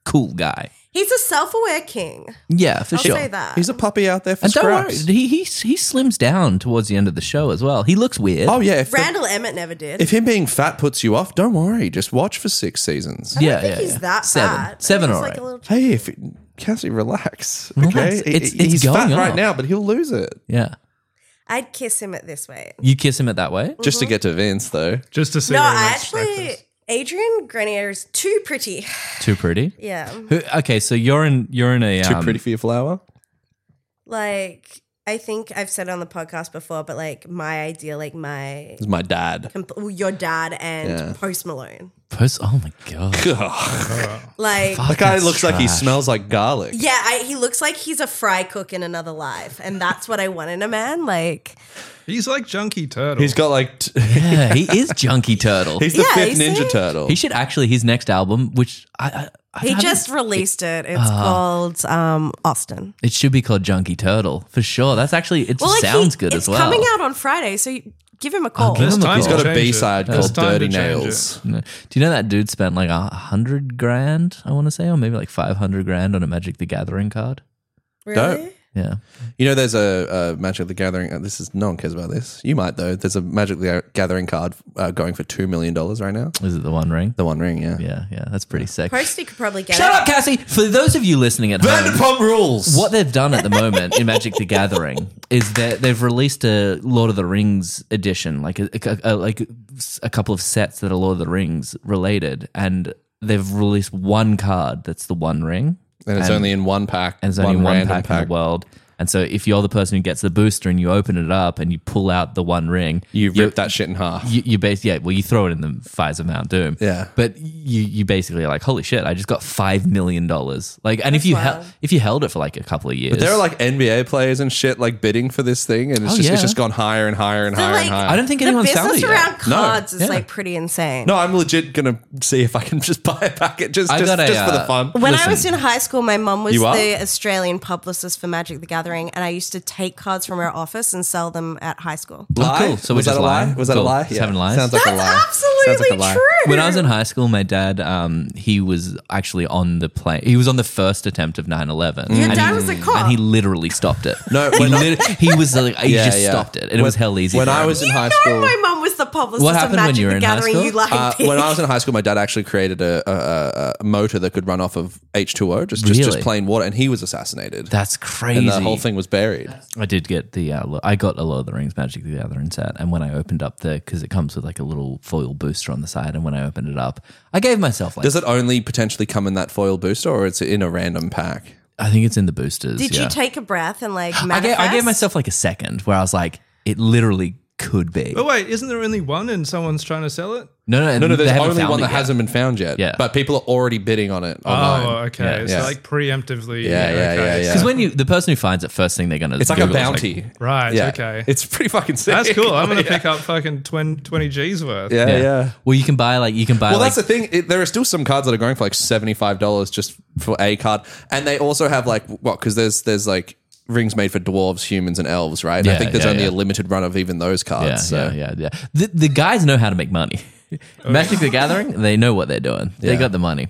cool guy. he's a self-aware king. Yeah, for I'll sure. say that. He's a puppy out there for And don't worry, scraps. he, he he slims down towards the end of the show as well. He looks weird. Oh yeah, if, the- Randall Emmett never did. if him being fat puts you off, don't worry. Just watch for six seasons. yeah, I think yeah, he's yeah. that seven, fat. I think seven, he's all like right. a little- Hey, if Cassie, relax. Relax. Okay, He- It's- he- it's he's going fat right up. now, but he'll lose it Yeah. I'd kiss him at this way. You kiss him at that way? just Mm-hmm. to get to Vince, though. Just to see. No, her I next actually, breakfast. Adrian Grenier is too pretty. [laughs] Too pretty. Yeah. Who, okay, so you're in you're in a Too um, pretty for your flower. Like, I think I've said it on the podcast before, but like, my idea, like, my. It's my [laughs] dad. comp- well, Your dad and Yeah. Post Malone. Post, oh my god. Ugh. Like, That guy That's looks like he trash. smells like garlic. yeah, I, he looks like he's a fry cook in another life. And that's what I want in a man. Like, He's like Junkie Turtle. He's got like t- [laughs] Yeah, he is junky turtle. he's the Yeah, fifth you see? Ninja Turtle. he should actually his next album, which I, I, I he haven't- just released it. It's called um, Austin. Uh-huh. it should be called Junky Turtle for sure. That's actually it like, sounds he- good it's as well. coming out on Friday, so you give him a call. give him It's a time He's to got a change it. B-side It's called time to Dirty change it. Nails. No. Do you know that dude spent like a hundred grand? I want to say, or maybe like five hundred grand on a Magic the Gathering card. Really? Dope. Yeah, You know, there's a, a Magic the Gathering. uh, This is no one cares about this. You might though. There's a Magic the Gathering card uh, going for two million dollars right now. is it the One Ring? The One Ring, yeah. Yeah, yeah, that's pretty sick. Posty could probably get Shut it. up, Cassie. For those of you listening at home, rules. What they've done at the moment in Magic the Gathering is that they've released a Lord of the Rings edition, like a, a- a- like a couple of sets that are Lord of the Rings related, and they've released one card that's the One Ring, And it's only in one pack. and it's only one random pack, in the world. And so, if you're the person who gets the booster and you open it up and you pull out the One Ring, You rip that shit in half. you, you basically yeah, well, you throw it in the fires of Mount Doom. Yeah. but you you basically are like, holy shit, I just got five million dollars. Like, and if you hel- if you held it for like a couple of years, there are like NBA players and shit like bidding for this thing, and it's Oh, just yeah. it's just gone higher and higher and So, higher like, and higher. I don't think The anyone's found business it around yet. cards is yeah. like pretty insane. no, I'm legit gonna see if I can just [laughs] buy a packet just I just, got a, just for the uh, fun. When I was in high school, my mum was You are? the Australian publicist for Magic the Gathering, and I used to take cards from her office and sell them at high school. Lie? cool. So we're was that just a lie? lying? Was that Cool. a lie? Just having lies? Sounds like a lie. Sounds like a Absolutely lie. true. When I was in high school, my dad, um, he was actually on the plane. He was on the first attempt of 9 11. Your dad was a cop. And he literally stopped it. Mm. No, he, when I- lit- he was like, he [laughs] Yeah, just yeah. stopped it. And it When- was hell easy. when for I him. was in high [laughs] no, school. my mum was the publicist What of happened when Magic you were the in high Gathering. school? You lying Uh, pig. when I was in high school, my dad actually created a, a, a- a motor that could run off of H2O, just, just just Really? plain water, and he was assassinated. That's and crazy. the whole thing was buried. I did get the, uh, lo- I got a Lord of the Rings Magic the Gathering set. And when I opened up the, because it comes with like a little foil booster on the side. And when I opened it up, I gave myself like, Does it only potentially come in that foil booster, or it's in a random pack? I think it's in the boosters. Did yeah. you take a breath and like I gave, manifest? I gave myself like a second where I was like, it literally could be. But Oh, wait, isn't there only one and someone's trying to sell it? No, no, No, no, they there's haven't only found one it that yet. hasn't been found yet. Yeah. but people are already bidding on it online. Oh, okay. Yeah. It's Yeah. like preemptively. Yeah, yeah, okay. yeah, yeah. Because when you, the person who finds it first thing they're gonna, It's like a Google is bounty. Right. yeah, Okay. It's pretty fucking sick. That's cool. I'm gonna yeah. pick up fucking 20, 20 G's [laughs] worth. Yeah, yeah. Well, you can buy like you can buy Well, like that's the thing. It, there are still some cards that are going for like seventy five dollars just for a card, and they also have like what? Because there's there's like rings made for dwarves, humans, and elves, right? And I Yeah, think there's yeah, only yeah. a limited run of even those cards. yeah, so. yeah, yeah, yeah. The, the guys know how to make money. [laughs] Magic the Gathering, they know what they're doing. They got the money.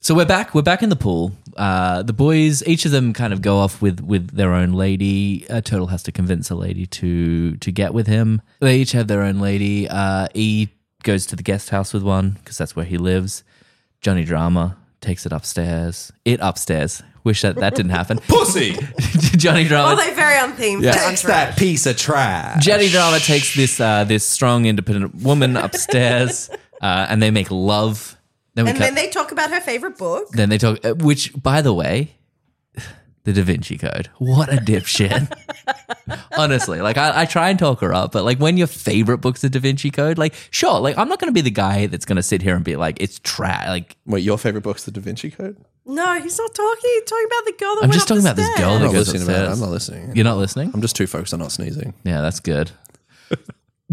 So we're back. We're back in the pool. Uh, the boys, each of them, kind of go off with with their own lady. Uh, Turtle has to convince a lady to to get with him. They each have their own lady. Uh, e goes to the guest house with one because that's where he lives. Johnny Drama takes it upstairs. It upstairs. Wish that that didn't happen. [laughs] Pussy, Johnny Drama. Although very on theme. for takes that piece of trash. Jenny Drama takes this uh, this strong, independent woman [laughs] upstairs, uh, and they make love. Then we And cut- then they talk about her favorite book. then they talk. uh, Which, by the way, [laughs] the Da Vinci Code. What a dipshit. [laughs] Honestly, like I, I try and talk her up, but like when your favorite book's the Da Vinci Code, like sure, like I'm not going to be the guy that's going to sit here and be like it's trash. Like Wait, your favorite book's The Da Vinci Code? No, he's not talking. He's talking about the girl that I'm went just up talking the about this stairs. girl I'm that not goes listening to that. upstairs. I'm not listening. You're not listening. I'm just too focused on not sneezing. Yeah, that's good. [laughs]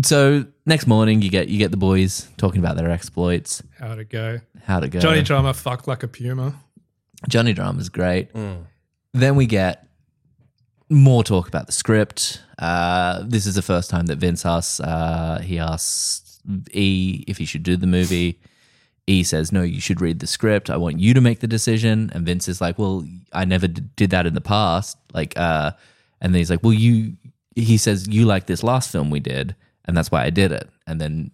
So next morning, you get you get the boys talking about their exploits, How'd it go? how to go. Johnny Drama fucked like a puma. Johnny Drama's great. Then we get more talk about the script. Uh, this is the first time that Vince asks. Uh, he asks E if he should do the movie. E says, "No, you should read the script. I want you to make the decision." And Vince is like, "Well, I never d- did that in the past." Like, uh, and then he's like, "Well, you." He says, "You like this last film we did, and that's why I did it." And then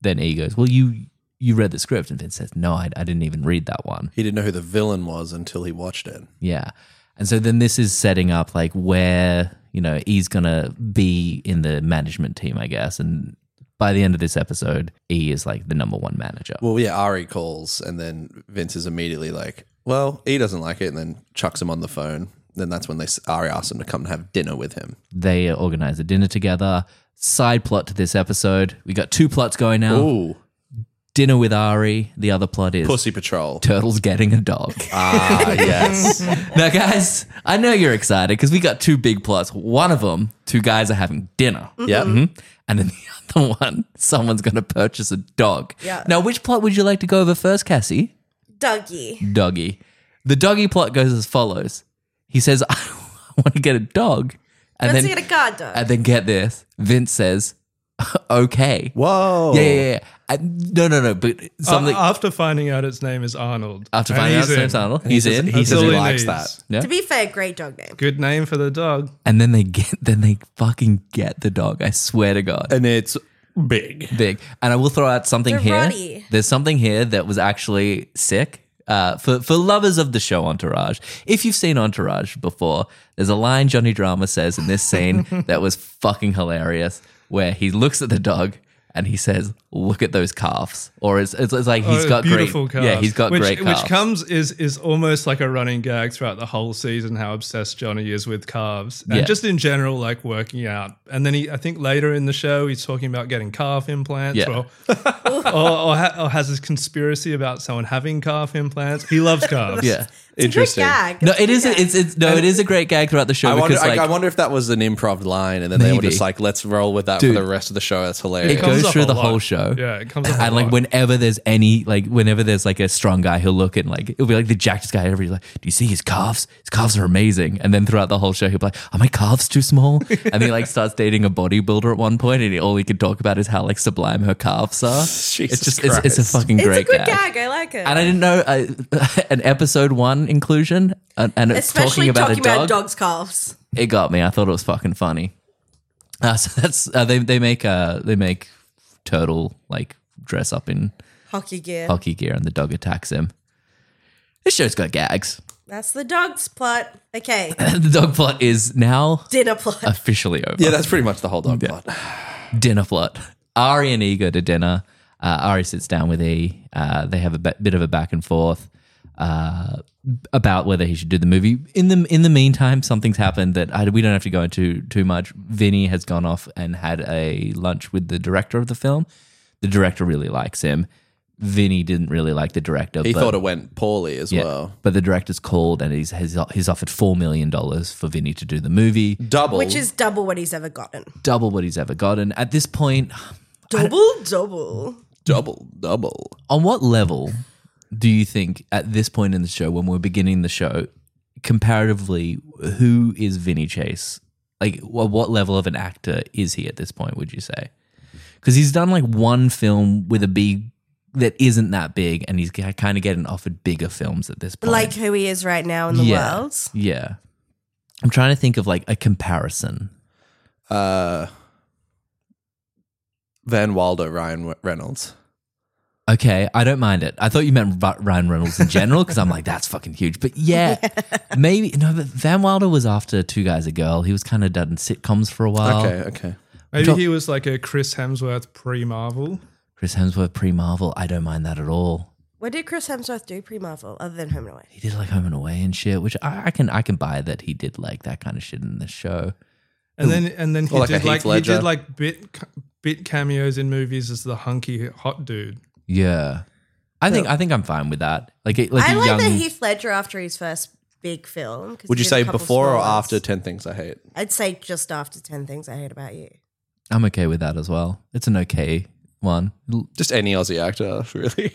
then E goes, "Well, you you read the script and Vince says, no, I, I didn't even read that one. He didn't know who the villain was until he watched it. Yeah. And so then this is setting up like where, you know, he's going to be in the management team, I guess. And by the end of this episode, E is like the number one manager. Well, yeah, Ari calls, and then Vince is immediately like, well, E doesn't like it, and then chucks him on the phone. Then that's when they Ari asks him to come and have dinner with him. They organize a dinner together. Side plot to this episode. We got two plots going now. Ooh, Dinner with Ari. The other plot is Pussy Patrol. turtles getting a dog. [laughs] [laughs] Ah, yes. now, guys, I know you're excited because we got two big plots. One of them, two guys are having dinner. yep. Mm-hmm. And then [laughs] the other one, someone's going to purchase a dog. Yeah. Now, which plot would you like to go over first, Cassie? Dougie. Doggy. The doggy plot goes as follows. He says, [laughs] I want to get a dog. And Let's then, get a guard dog. and then get this. Vince says, [laughs] okay. Whoa. Yeah, yeah, yeah. And- no, no, no. But something A- after finding out its name is Arnold. after Uh, And finding out he's his name's in. Arnold, he's in. He That's says all he he likes needs. that. yeah. To be fair, great dog name. Good name for the dog. And then they get, then they fucking get the dog. I swear to God. And it's big. big. And I will throw out something They're here. ruddy. There's something here that was actually sick. Uh, for, for lovers of the show Entourage, if you've seen Entourage before, there's a line Johnny Drama says in this scene that was fucking hilarious where he looks at the dog and he says, Look at those calves. Or it's, it's, it's like he's Oh, got beautiful great. calves. Yeah, he's got which, great calves. Which comes is is almost like a running gag throughout the whole season how obsessed Johnny is with calves and Yeah. just in general like working out. And then he, I think later in the show he's talking about getting calf implants Yeah. or or, or, ha- or has this conspiracy about someone having calf implants. He loves calves. yeah. It's Interesting. A good gag. No, It's a it good is. A, gag. it's, it's no, it is a great gag throughout the show I wonder, because like I, I wonder if that was an improv line, and then they were Maybe. just like, "Let's roll with that Dude. for the rest of the show." That's hilarious. it goes up through a the lot. whole show. Yeah, it comes up a and like lot. whenever there's any like whenever there's like a strong guy he'll look and like it'll be like the jacked guy every like do you see his calves his calves are amazing and then throughout the whole show he'll be like are my calves too [laughs] small and he like starts dating a bodybuilder at one point and he, all he can talk about is how like sublime her calves [laughs] are Jesus it's just it's, it's a Christ. fucking It's great a good gag. gag. I like it. and I [laughs] didn't know uh, an episode one inclusion and, and it's Especially talking about a dog dog's calves. it got me. I thought it was fucking funny. Uh, [laughs] so that's uh, they they make uh they make turtle like dress up in Hockey gear. hockey gear and the dog attacks him. This show's got gags. [laughs] That's the dog's plot. [coughs] Okay. the dog plot is now Dinner plot. officially over. Yeah, that's pretty much the whole dog plot. dinner plot. Ari and E go to dinner. Uh, Ari sits down with E. Uh, they have a ba- bit of a back and forth uh, about whether he should do the movie. In the in the meantime, something's happened that I, we don't have to go into too much. Vinny has gone off and had a lunch with the director of the film. The director really likes him. Vinny didn't really like the director. He but, thought it went poorly as well. but the director's called and he's he's, he's offered four million dollars for Vinny to do the movie, Double, Which is double what he's ever gotten. double what he's ever gotten. At this point, Double, double. double, double. on what level do you think at this point in the show when we're beginning the show comparatively who is vinny chase like wha- what level of an actor is he at this point would you say because he's done like one film with a big that isn't that big and he's kind of getting offered bigger films at this point Like who he is right now in the yeah world. yeah i'm trying to think of like a comparison Uh, Van Wilder, Ryan W- Reynolds. Okay, I don't mind it. I thought you meant Ru- Ryan Reynolds in general because I'm like, that's fucking huge. But yeah, maybe. No, but Van Wilder was after Two Guys, a Girl. He was kind of done sitcoms for a while. Okay, okay. Maybe he was like a Chris Hemsworth pre Marvel. Chris Hemsworth pre Marvel. I don't mind that at all. What did Chris Hemsworth do pre Marvel other than Home and Away? He did like Home and Away and shit, which I, I can I can buy that he did like that kind of shit in the show. And then and then he Or like a did Heath like he Ledger. did like bit bit cameos in movies as the hunky hot dude. Yeah, I think I think I'm fine with that. Like it, like I a like young, that Heath Ledger after his first big film. 'cause Would he you did a say couple before or small ones. after Ten Things I Hate? I'd say just after 10 Things I Hate About You. I'm okay with that as well. It's an okay one. L- Just any Aussie actor, [laughs] really.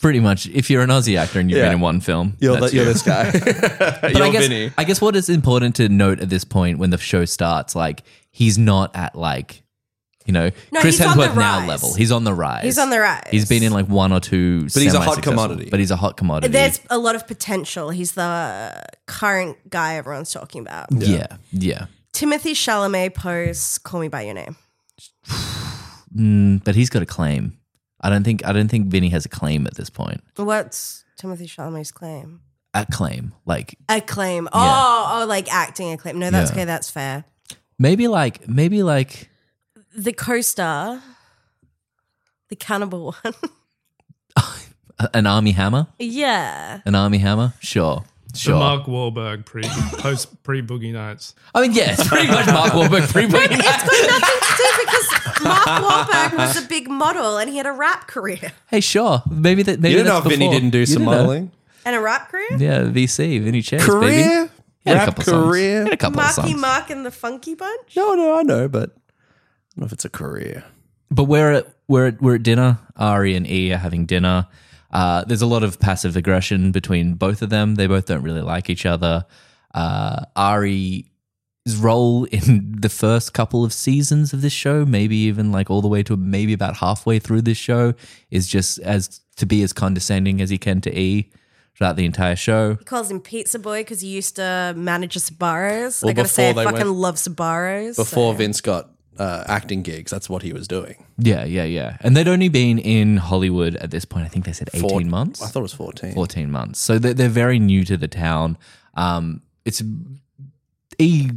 Pretty much, if you're an Aussie actor and you've Yeah. been in one film, You're, that's the, you're this [laughs] guy. But you're I guess, Vinny. I guess what is important to note at this point when the show starts, like he's not at like, you know, No, Chris he's on the Hemsworth now rise. level. He's on the rise. He's on the rise. He's been in like one or two, but he's a hot commodity. But he's a hot commodity. There's a lot of potential. He's the current guy everyone's talking about. yeah, yeah. Timothy Chalamet pose Call Me By Your Name. Mm, but he's got a claim. I don't think I don't think Vinny has a claim at this point. What's Timothy Chalamet's claim? A claim, like A claim. Oh, oh, like acting a claim. No, that's Yeah. okay. That's fair. maybe like maybe like The co-star, the cannibal [laughs] one. a- an army hammer, yeah. an army hammer. Sure, The sure. Mark Wahlberg pre post pre Boogie Nights. I mean, yeah, it's pretty much Mark Wahlberg [laughs] pre It's got nothing to do because Mark Wahlberg was a big model and he had a rap career. Hey, sure. Maybe that. Maybe You don't know that's if Vinny before. didn't do You some don't know. modeling. And a rap career? Yeah, VC Vinny Chase. Career? baby. He had a Rap couple songs. career? He had a couple of Marky songs. Mark and the Funky Bunch? No, no, I know, but I don't know if it's a career. but we're at we're at, we're at dinner. Ari and E are having dinner. Uh, there's a lot of passive aggression between both of them. They both don't really like each other. Uh, Ari's role [laughs] in the first couple of seasons of this show, maybe even like all the way to maybe about halfway through this show, is just as to be as condescending as he can to E throughout the entire show. He calls him Pizza Boy because he used to manage a Sbarro's. Well, I gotta say, I before they fucking went- love Sbarro's. Before Vince got uh, acting gigs, that's what he was doing. Yeah, yeah, yeah. And they'd only been in Hollywood at this point. I think they said 18 Four- months. I thought it was 14. 14 months. So they're, they're very new to the town. Um, it's a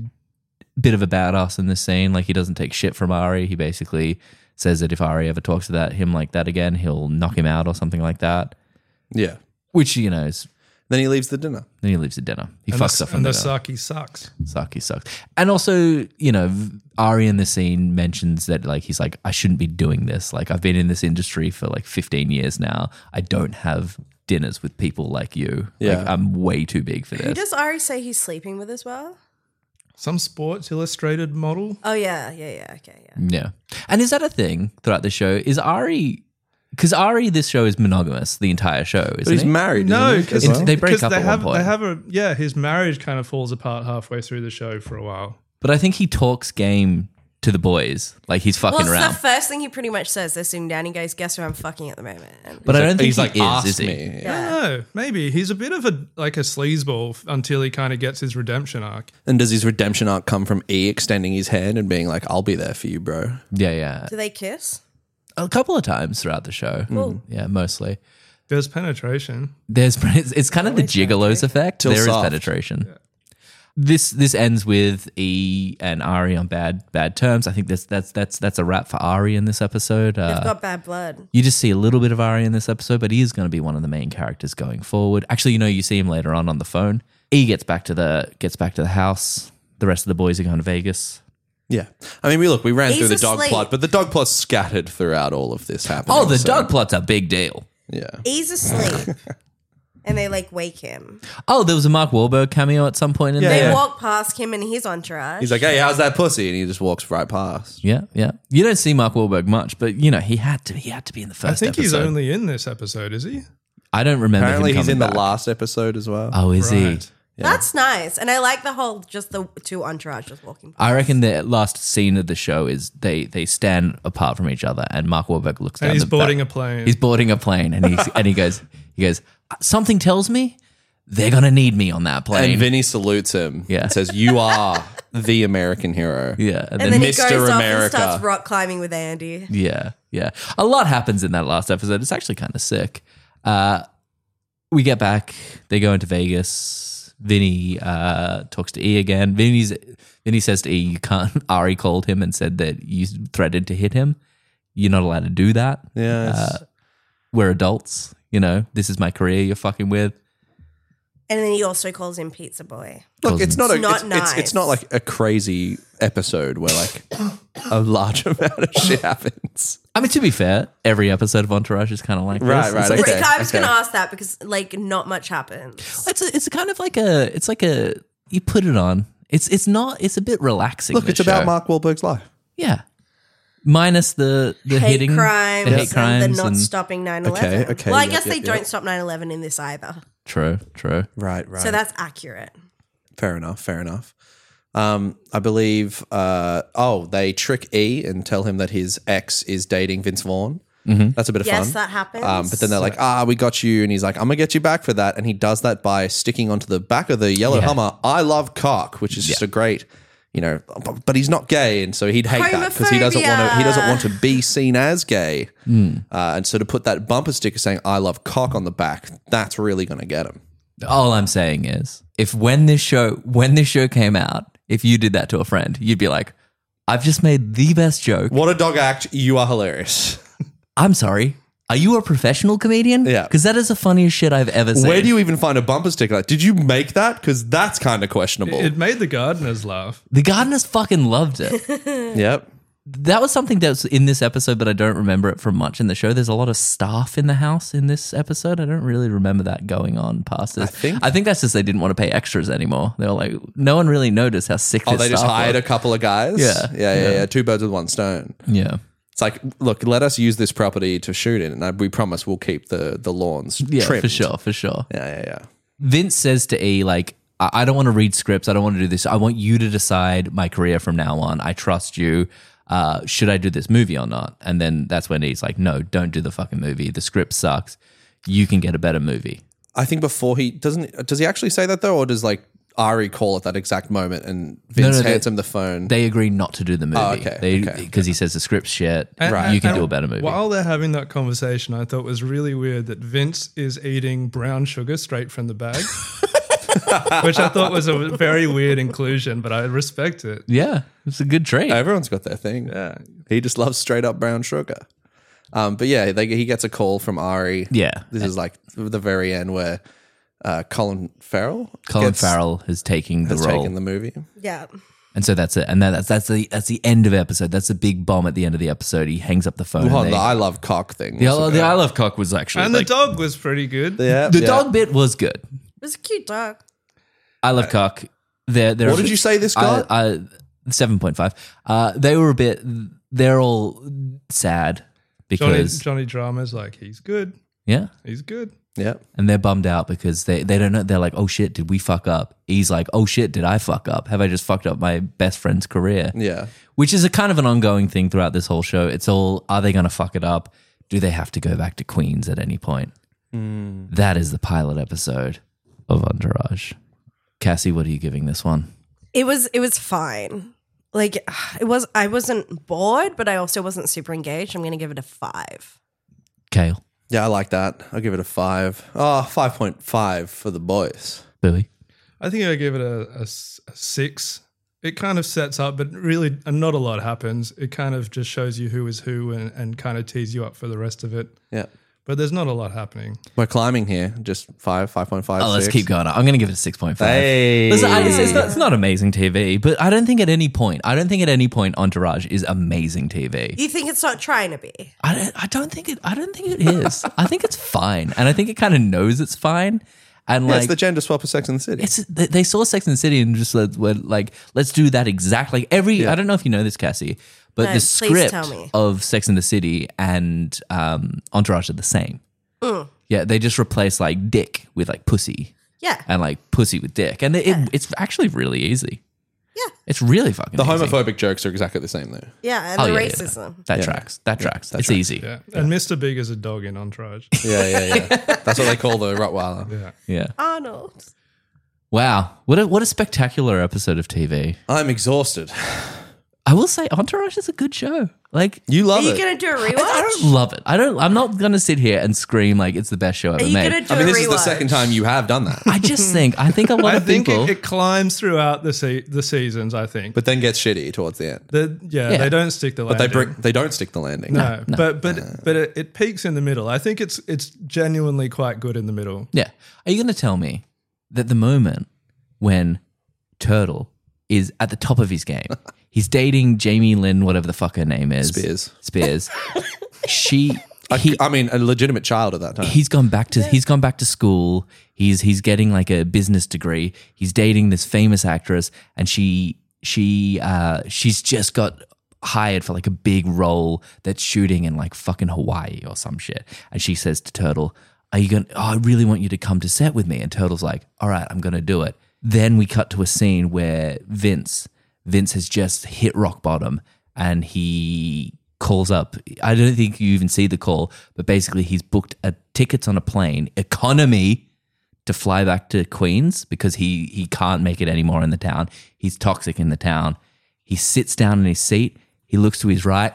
bit of a badass in this scene. Like, he doesn't take shit from Ari. He basically says that if Ari ever talks to that him like that again, he'll knock him out or something like that. Yeah. Which, you know, is, Then he leaves the dinner. then he leaves the dinner. He And fucks the, up from and the the dinner. sake sucks. Saki sucks. And also, you know, v- Ari in the scene mentions that like he's like, I shouldn't be doing this. Like I've been in this industry for like 15 years now. I don't have dinners with people like you. Yeah. Like I'm way too big for Who this. does Ari say he's sleeping with as well? Some Sports Illustrated model. Oh, yeah, yeah, yeah, okay, yeah. Yeah. And is that a thing throughout the show? Is Ari because Ari this show is monogamous the entire show, But isn't he's he? married. No, isn't he, as because It's- well? they break up they at one have, point. They have a yeah. His marriage kind of falls apart halfway through the show for a while. but I think he talks game to the boys. Like he's fucking Well, it's around. the first thing he pretty much says. They're sitting down. He goes, "Guess who I'm fucking at the moment." And but I don't think he's he like, is, ask is he? me. I yeah. don't know. Maybe he's a bit of a like a sleazeball f- until he kind of gets his redemption arc. And does his redemption arc come from E extending his hand and being like, I'll be there for you, bro? Yeah, yeah. Do they kiss? A couple of times throughout the show. Yeah, mostly. There's penetration. There's [laughs] it's, it's kind of the gigolos effect. There is soft. penetration. This this ends with E and Ari on bad bad terms. I think that's that's that's that's a wrap for Ari in this episode. They've Uh, got bad blood. you just see a little bit of Ari in this episode, but he is going to be one of the main characters going forward. Actually, you know, you see him later on on the phone. E gets back to the gets back to the house. The rest of the boys are going to Vegas. Yeah. I mean, we look, we ran He's through the dog asleep. plot, but the dog plot's scattered throughout all of this happening. Oh, the so- dog plot's a big deal. Yeah. He's [laughs] asleep, and they like wake him. Oh, there was a Mark Wahlberg cameo at some point in Yeah, there. They yeah. walk past him and his entourage. He's like, hey, how's that pussy? And he just walks right past. Yeah, yeah. You don't see Mark Wahlberg much, but you know he had to. He had to be in the first. I think he's episode. only in this episode, is he? I don't remember. Apparently, him he's coming in back. the last episode as well. Oh, is he? Right. That's nice, and I like the whole just the two entourages walking. Past. I reckon the last scene of the show is they they stand apart from each other, and Mark Wahlberg looks down. And he's the boarding a back- plane. He's boarding a plane, and he's and he goes he goes. Something tells me they're gonna need me on that plane. And Vinny salutes him Yeah. and says, You are the American hero. yeah, and And then, then he Mr. goes off and America. starts rock climbing with Andy. yeah, yeah. A lot happens in that last episode. It's actually kind of sick. Uh, we get back. They go into Vegas. Vinny uh, talks to E again. Vinny's Vinny says to E, "You can't." [laughs] Ari called him and said that you threatened to hit him. You're not allowed to do that. Uh, Yeah. it's- we're adults. You know, this is my career you're fucking with. And then he also calls him Pizza Boy. Look, it's not It's a, not it's, it's- it's nice. not like a crazy episode where like a large [laughs] amount of [laughs] shit happens. I mean, to be fair, every episode of Entourage is kind of like Right, this. right, It's, like- okay. Like, I was okay. going to ask that because like not much happens. it's, a, it's kind of like a, it's like a, you put it on. It's it's not. It's a bit relaxing. Look, it's this about show. Mark Wahlberg's life. Yeah, minus the the hate hitting, crimes, the hate crimes, and they're not and- stopping 9-11. Okay, okay, well, I yeah, guess yeah, they yeah. don't stop 9-11 in this either. True, true. Right, right. So that's accurate. fair enough. Fair enough. Um, I believe. Uh, oh, they trick E and tell him that his ex is dating Vince Vaughn. Mm-hmm. That's a bit of Yes, fun. that happens. Um, but then they're like, ah, we got you. And he's like, I'm going to get you back for that. And he does that by sticking onto the back of the yellow Hummer, I love cock, which is just a great you know, but he's not gay, and so he'd hate that because he doesn't want to. He doesn't want to be seen as gay, uh, and so to put that bumper sticker saying "I love cock" on the back, that's really going to get him. All I'm saying is, if when this show when this show came out, if you did that to a friend, you'd be like, "I've just made the best joke. What a dog act! You are hilarious. I'm sorry. Are you a professional comedian? Yeah. because that is the funniest shit I've ever seen. Where do you even find a bumper sticker? Like, did you make that? Because that's kind of questionable. It made the gardeners laugh. the gardeners fucking loved it. yep. that was something that's in this episode, but I don't remember it from much in the show. There's a lot of staff in the house in this episode. I don't really remember that going on past this. I think- I think that's just they didn't want to pay extras anymore. They were like, no one really noticed how sick. Oh, this they just staff hired were. a couple of guys. Yeah. yeah, yeah, yeah. Two birds with one stone. Yeah. It's like, look, let us use this property to shoot in, and I- we promise we'll keep the the lawns Yeah, trimmed. for sure, for sure. Yeah, yeah, yeah. Vince says to E, like, I I don't want to read scripts. I don't want to do this. I want you to decide my career from now on. I trust you. Uh, should I do this movie or not? And then that's when E's like, no, don't do the fucking movie. The script sucks. You can get a better movie. I think before he doesn't does he actually say that though, or does like Ari call at that exact moment and Vince no, they- hands him the phone? They agree not to do the movie. Oh, okay, okay. Because he says the script's shit. Right. You can and do a better movie. While they're having that conversation, I thought it was really weird that Vince is eating brown sugar straight from the bag, [laughs] which I thought was a very weird inclusion, but I respect it. yeah. It's a good trait. Oh, Everyone's got their thing. Yeah. He just loves straight up brown sugar. Um, but yeah, they, he gets a call from Ari. Yeah. this is like the very end where uh, Colin Farrell Colin gets- Farrell is taking the has role. taken the movie. Yeah. and so that's it. And that, that's that's the that's the end of episode. That's the big bomb at the end of the episode. He hangs up the phone. Oh, and the they- I love cock thing. the, I- the I love cock was actually And like- the dog was pretty good. yeah, The yeah. dog bit was good. It was a cute dog. I Uh, love cock. They're, they're What did you say this I, got? I, Seven point five. Uh, they were a bit. They're all sad Johnny, because Johnny Drama's like, he's good. yeah, He's good. yeah. and they're bummed out because they they don't know. They're like, oh shit, did we fuck up? He's like, oh shit, did I fuck up? Have I just fucked up my best friend's career? Yeah. Which is a kind of an ongoing thing throughout this whole show. It's all, are they going to fuck it up? Do they have to go back to Queens at any point? Hmm. That is the pilot episode of Entourage. Cassie, what are you giving this one? It was it was fine. Like [sighs] it was I wasn't bored, but I also wasn't super engaged. I'm gonna give it a five. Kale, Yeah, I like that. I'll give it a five. Oh, 5.5 for the boys. Billy. I think I give it a, a s- a six. It kind of sets up, but really uh, not a lot happens. It kind of just shows you who is who and, and kind of tees you up for the rest of it. Yeah. But there's not a lot happening. We're climbing here. Just five, 5.5. Oh, let's six. keep going. I'm going to give it a 6.5. Hey. Listen, I- it's, it's not, it's not amazing TV, but I don't think at any point, I don't think at any point Entourage is amazing TV. You think it's not trying to be? I don't, I don't think it, I don't think it is. I think it's fine. And I think it kind of knows it's fine. And Yeah, like, it's the gender swap of Sex and the City. it's they, they saw Sex and the City and just like, were like let's do that exactly. Like every I don't know if you know this, Cassie, but No, the please script tell me. of Sex and the City and um, Entourage are the same. Mm. Yeah, they just replace like dick with like pussy Yeah. and like pussy with dick, and it, it, it's actually really easy. Yeah. it's really fucking the easy. homophobic jokes are exactly the same, though. Yeah. And Oh, the yeah, yeah, yeah. racism. That tracks. That tracks. it's easy. Yeah. And Mr. Big is a dog in Entourage. Yeah, yeah, yeah. [laughs] That's what they call the Rottweiler. yeah. Yeah. Arnold. Wow. What a what a spectacular episode of TV. I'm exhausted. I will say, Entourage is a good show. Like You Are love you it. gonna do a I rewatch? don't love it. I don't. I'm not gonna sit here and scream like it's the best show ever Are you made. gonna do I mean, a this rewatch? is the second time you have done that, [laughs] I just think I [laughs] think a lot I of think people. it, it climbs throughout the se- the seasons, I think. but But then gets shitty towards the end. the, yeah, Yeah. they don't stick the But landing. they bring, they don't stick the landing. no, but but but it, it peaks in the middle. I think it's it's genuinely quite good in the middle. yeah. Are you gonna tell me that the moment when Turtle is at the top of his game, he's dating Jamie Lynn, whatever the fuck her name is, Spears. [laughs] Spears. she. He, I mean, a legitimate child at that time. he's gone back to he's gone back to school. He's he's getting like a business degree. He's dating this famous actress, and she she uh she's just got hired for like a big role that's shooting in like fucking Hawaii or some shit. And she says to Turtle, "Are you gonna? Oh, I really want you to come to set with me." And Turtle's like, "All right, I'm gonna do it." Then we cut to a scene where Vince Vince has just hit rock bottom and he calls up. I don't think you even see the call, but basically he's booked a tickets on a plane, economy, to fly back to Queens because he he can't make it anymore in the town. He's toxic in the town. He sits down in his seat. He looks to his right.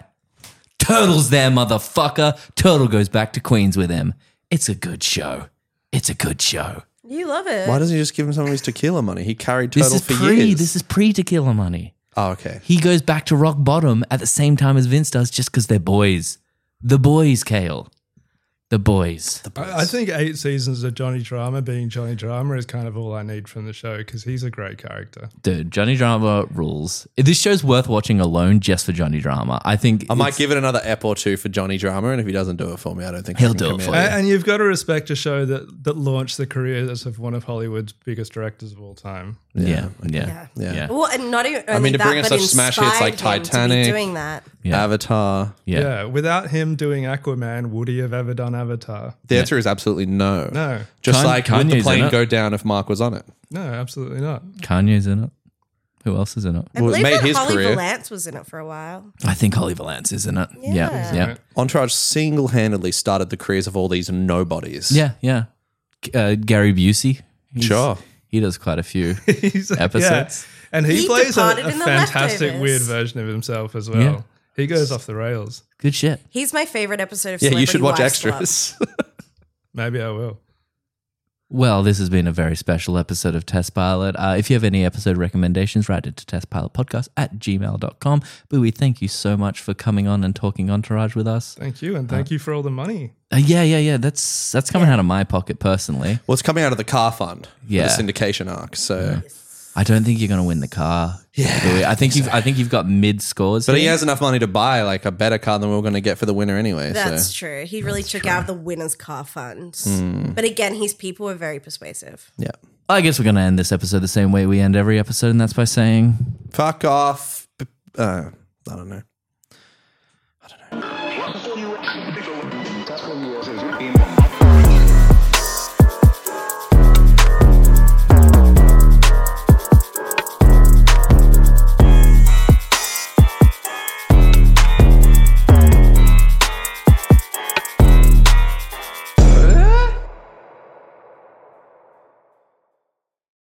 Turtle's there, motherfucker. Turtle goes back to Queens with him. It's a good show. It's a good show. You love it. Why doesn't he just give him some of his tequila money? He carried Turtle This is for pre. years. This is pre Tequila Money. oh, okay. He goes back to rock bottom at the same time as Vince does, just because they're boys. The boys, Kale. The boys. I, I think eight seasons of Johnny Drama being Johnny Drama is kind of all I need from the show because he's a great character. Dude, Johnny Drama rules. This show's worth watching alone just for Johnny Drama. I think I might give it another ep or two for Johnny Drama, and if he doesn't do it for me, I don't think I He'll can do it commit. for A- And, you've got to respect a show that, that launched the careers of one of Hollywood's biggest directors of all time. Yeah. Yeah. Yeah. Yeah. Well, and not even. Only I mean, mean, to that, bring us but such smash hits like inspired him to be Titanic. doing that. Yeah. Avatar. Yeah. Yeah, without him doing Aquaman, would he have ever done Avatar? The answer is absolutely no. No, Just Kan- like would Kanye's the in plane it. go down if Mark was on it? no, absolutely not. Kanye's in it. Who else is in it? I Well, believe it made that his Holly career. Valance was in it for a while. I think Holly Valance is in it. Yeah. Yeah. Yeah. Yeah. Entourage single handedly started the careers of all these nobodies. Yeah. Uh, Gary Busey. He's- Sure. He does quite a [laughs] few. He's- Episodes. yeah. And he, He plays a, departed a in The fantastic Leftovers. weird version of himself as well. Yeah. He goes off the rails. Good shit. He's my favorite episode of. Yeah, you should Celebrity watch Wife [laughs] extras. Maybe I will. Well, this has been a very special episode of Test Pilot. Uh, if you have any episode recommendations, write it to testpilotpodcast at gmail.com. Boo, we thank you so much for coming on and talking Entourage with us. Thank you, and thank you for all the money. Uh, yeah, yeah, yeah. That's that's coming out of my pocket personally. well, it's coming out of the car fund. Yeah. For the syndication arc. So I don't think you're going to win the car. Yeah, I think you've I think you've got mid scores. But he here. has enough money to buy like a better car than we are going to get for the winner anyway. That's so true. He really took out the winner's car fund. Hmm. But again, his people were very persuasive. yeah. I guess we're going to end this episode the same way we end every episode, and that's by saying Fuck off. B- Uh, I don't know.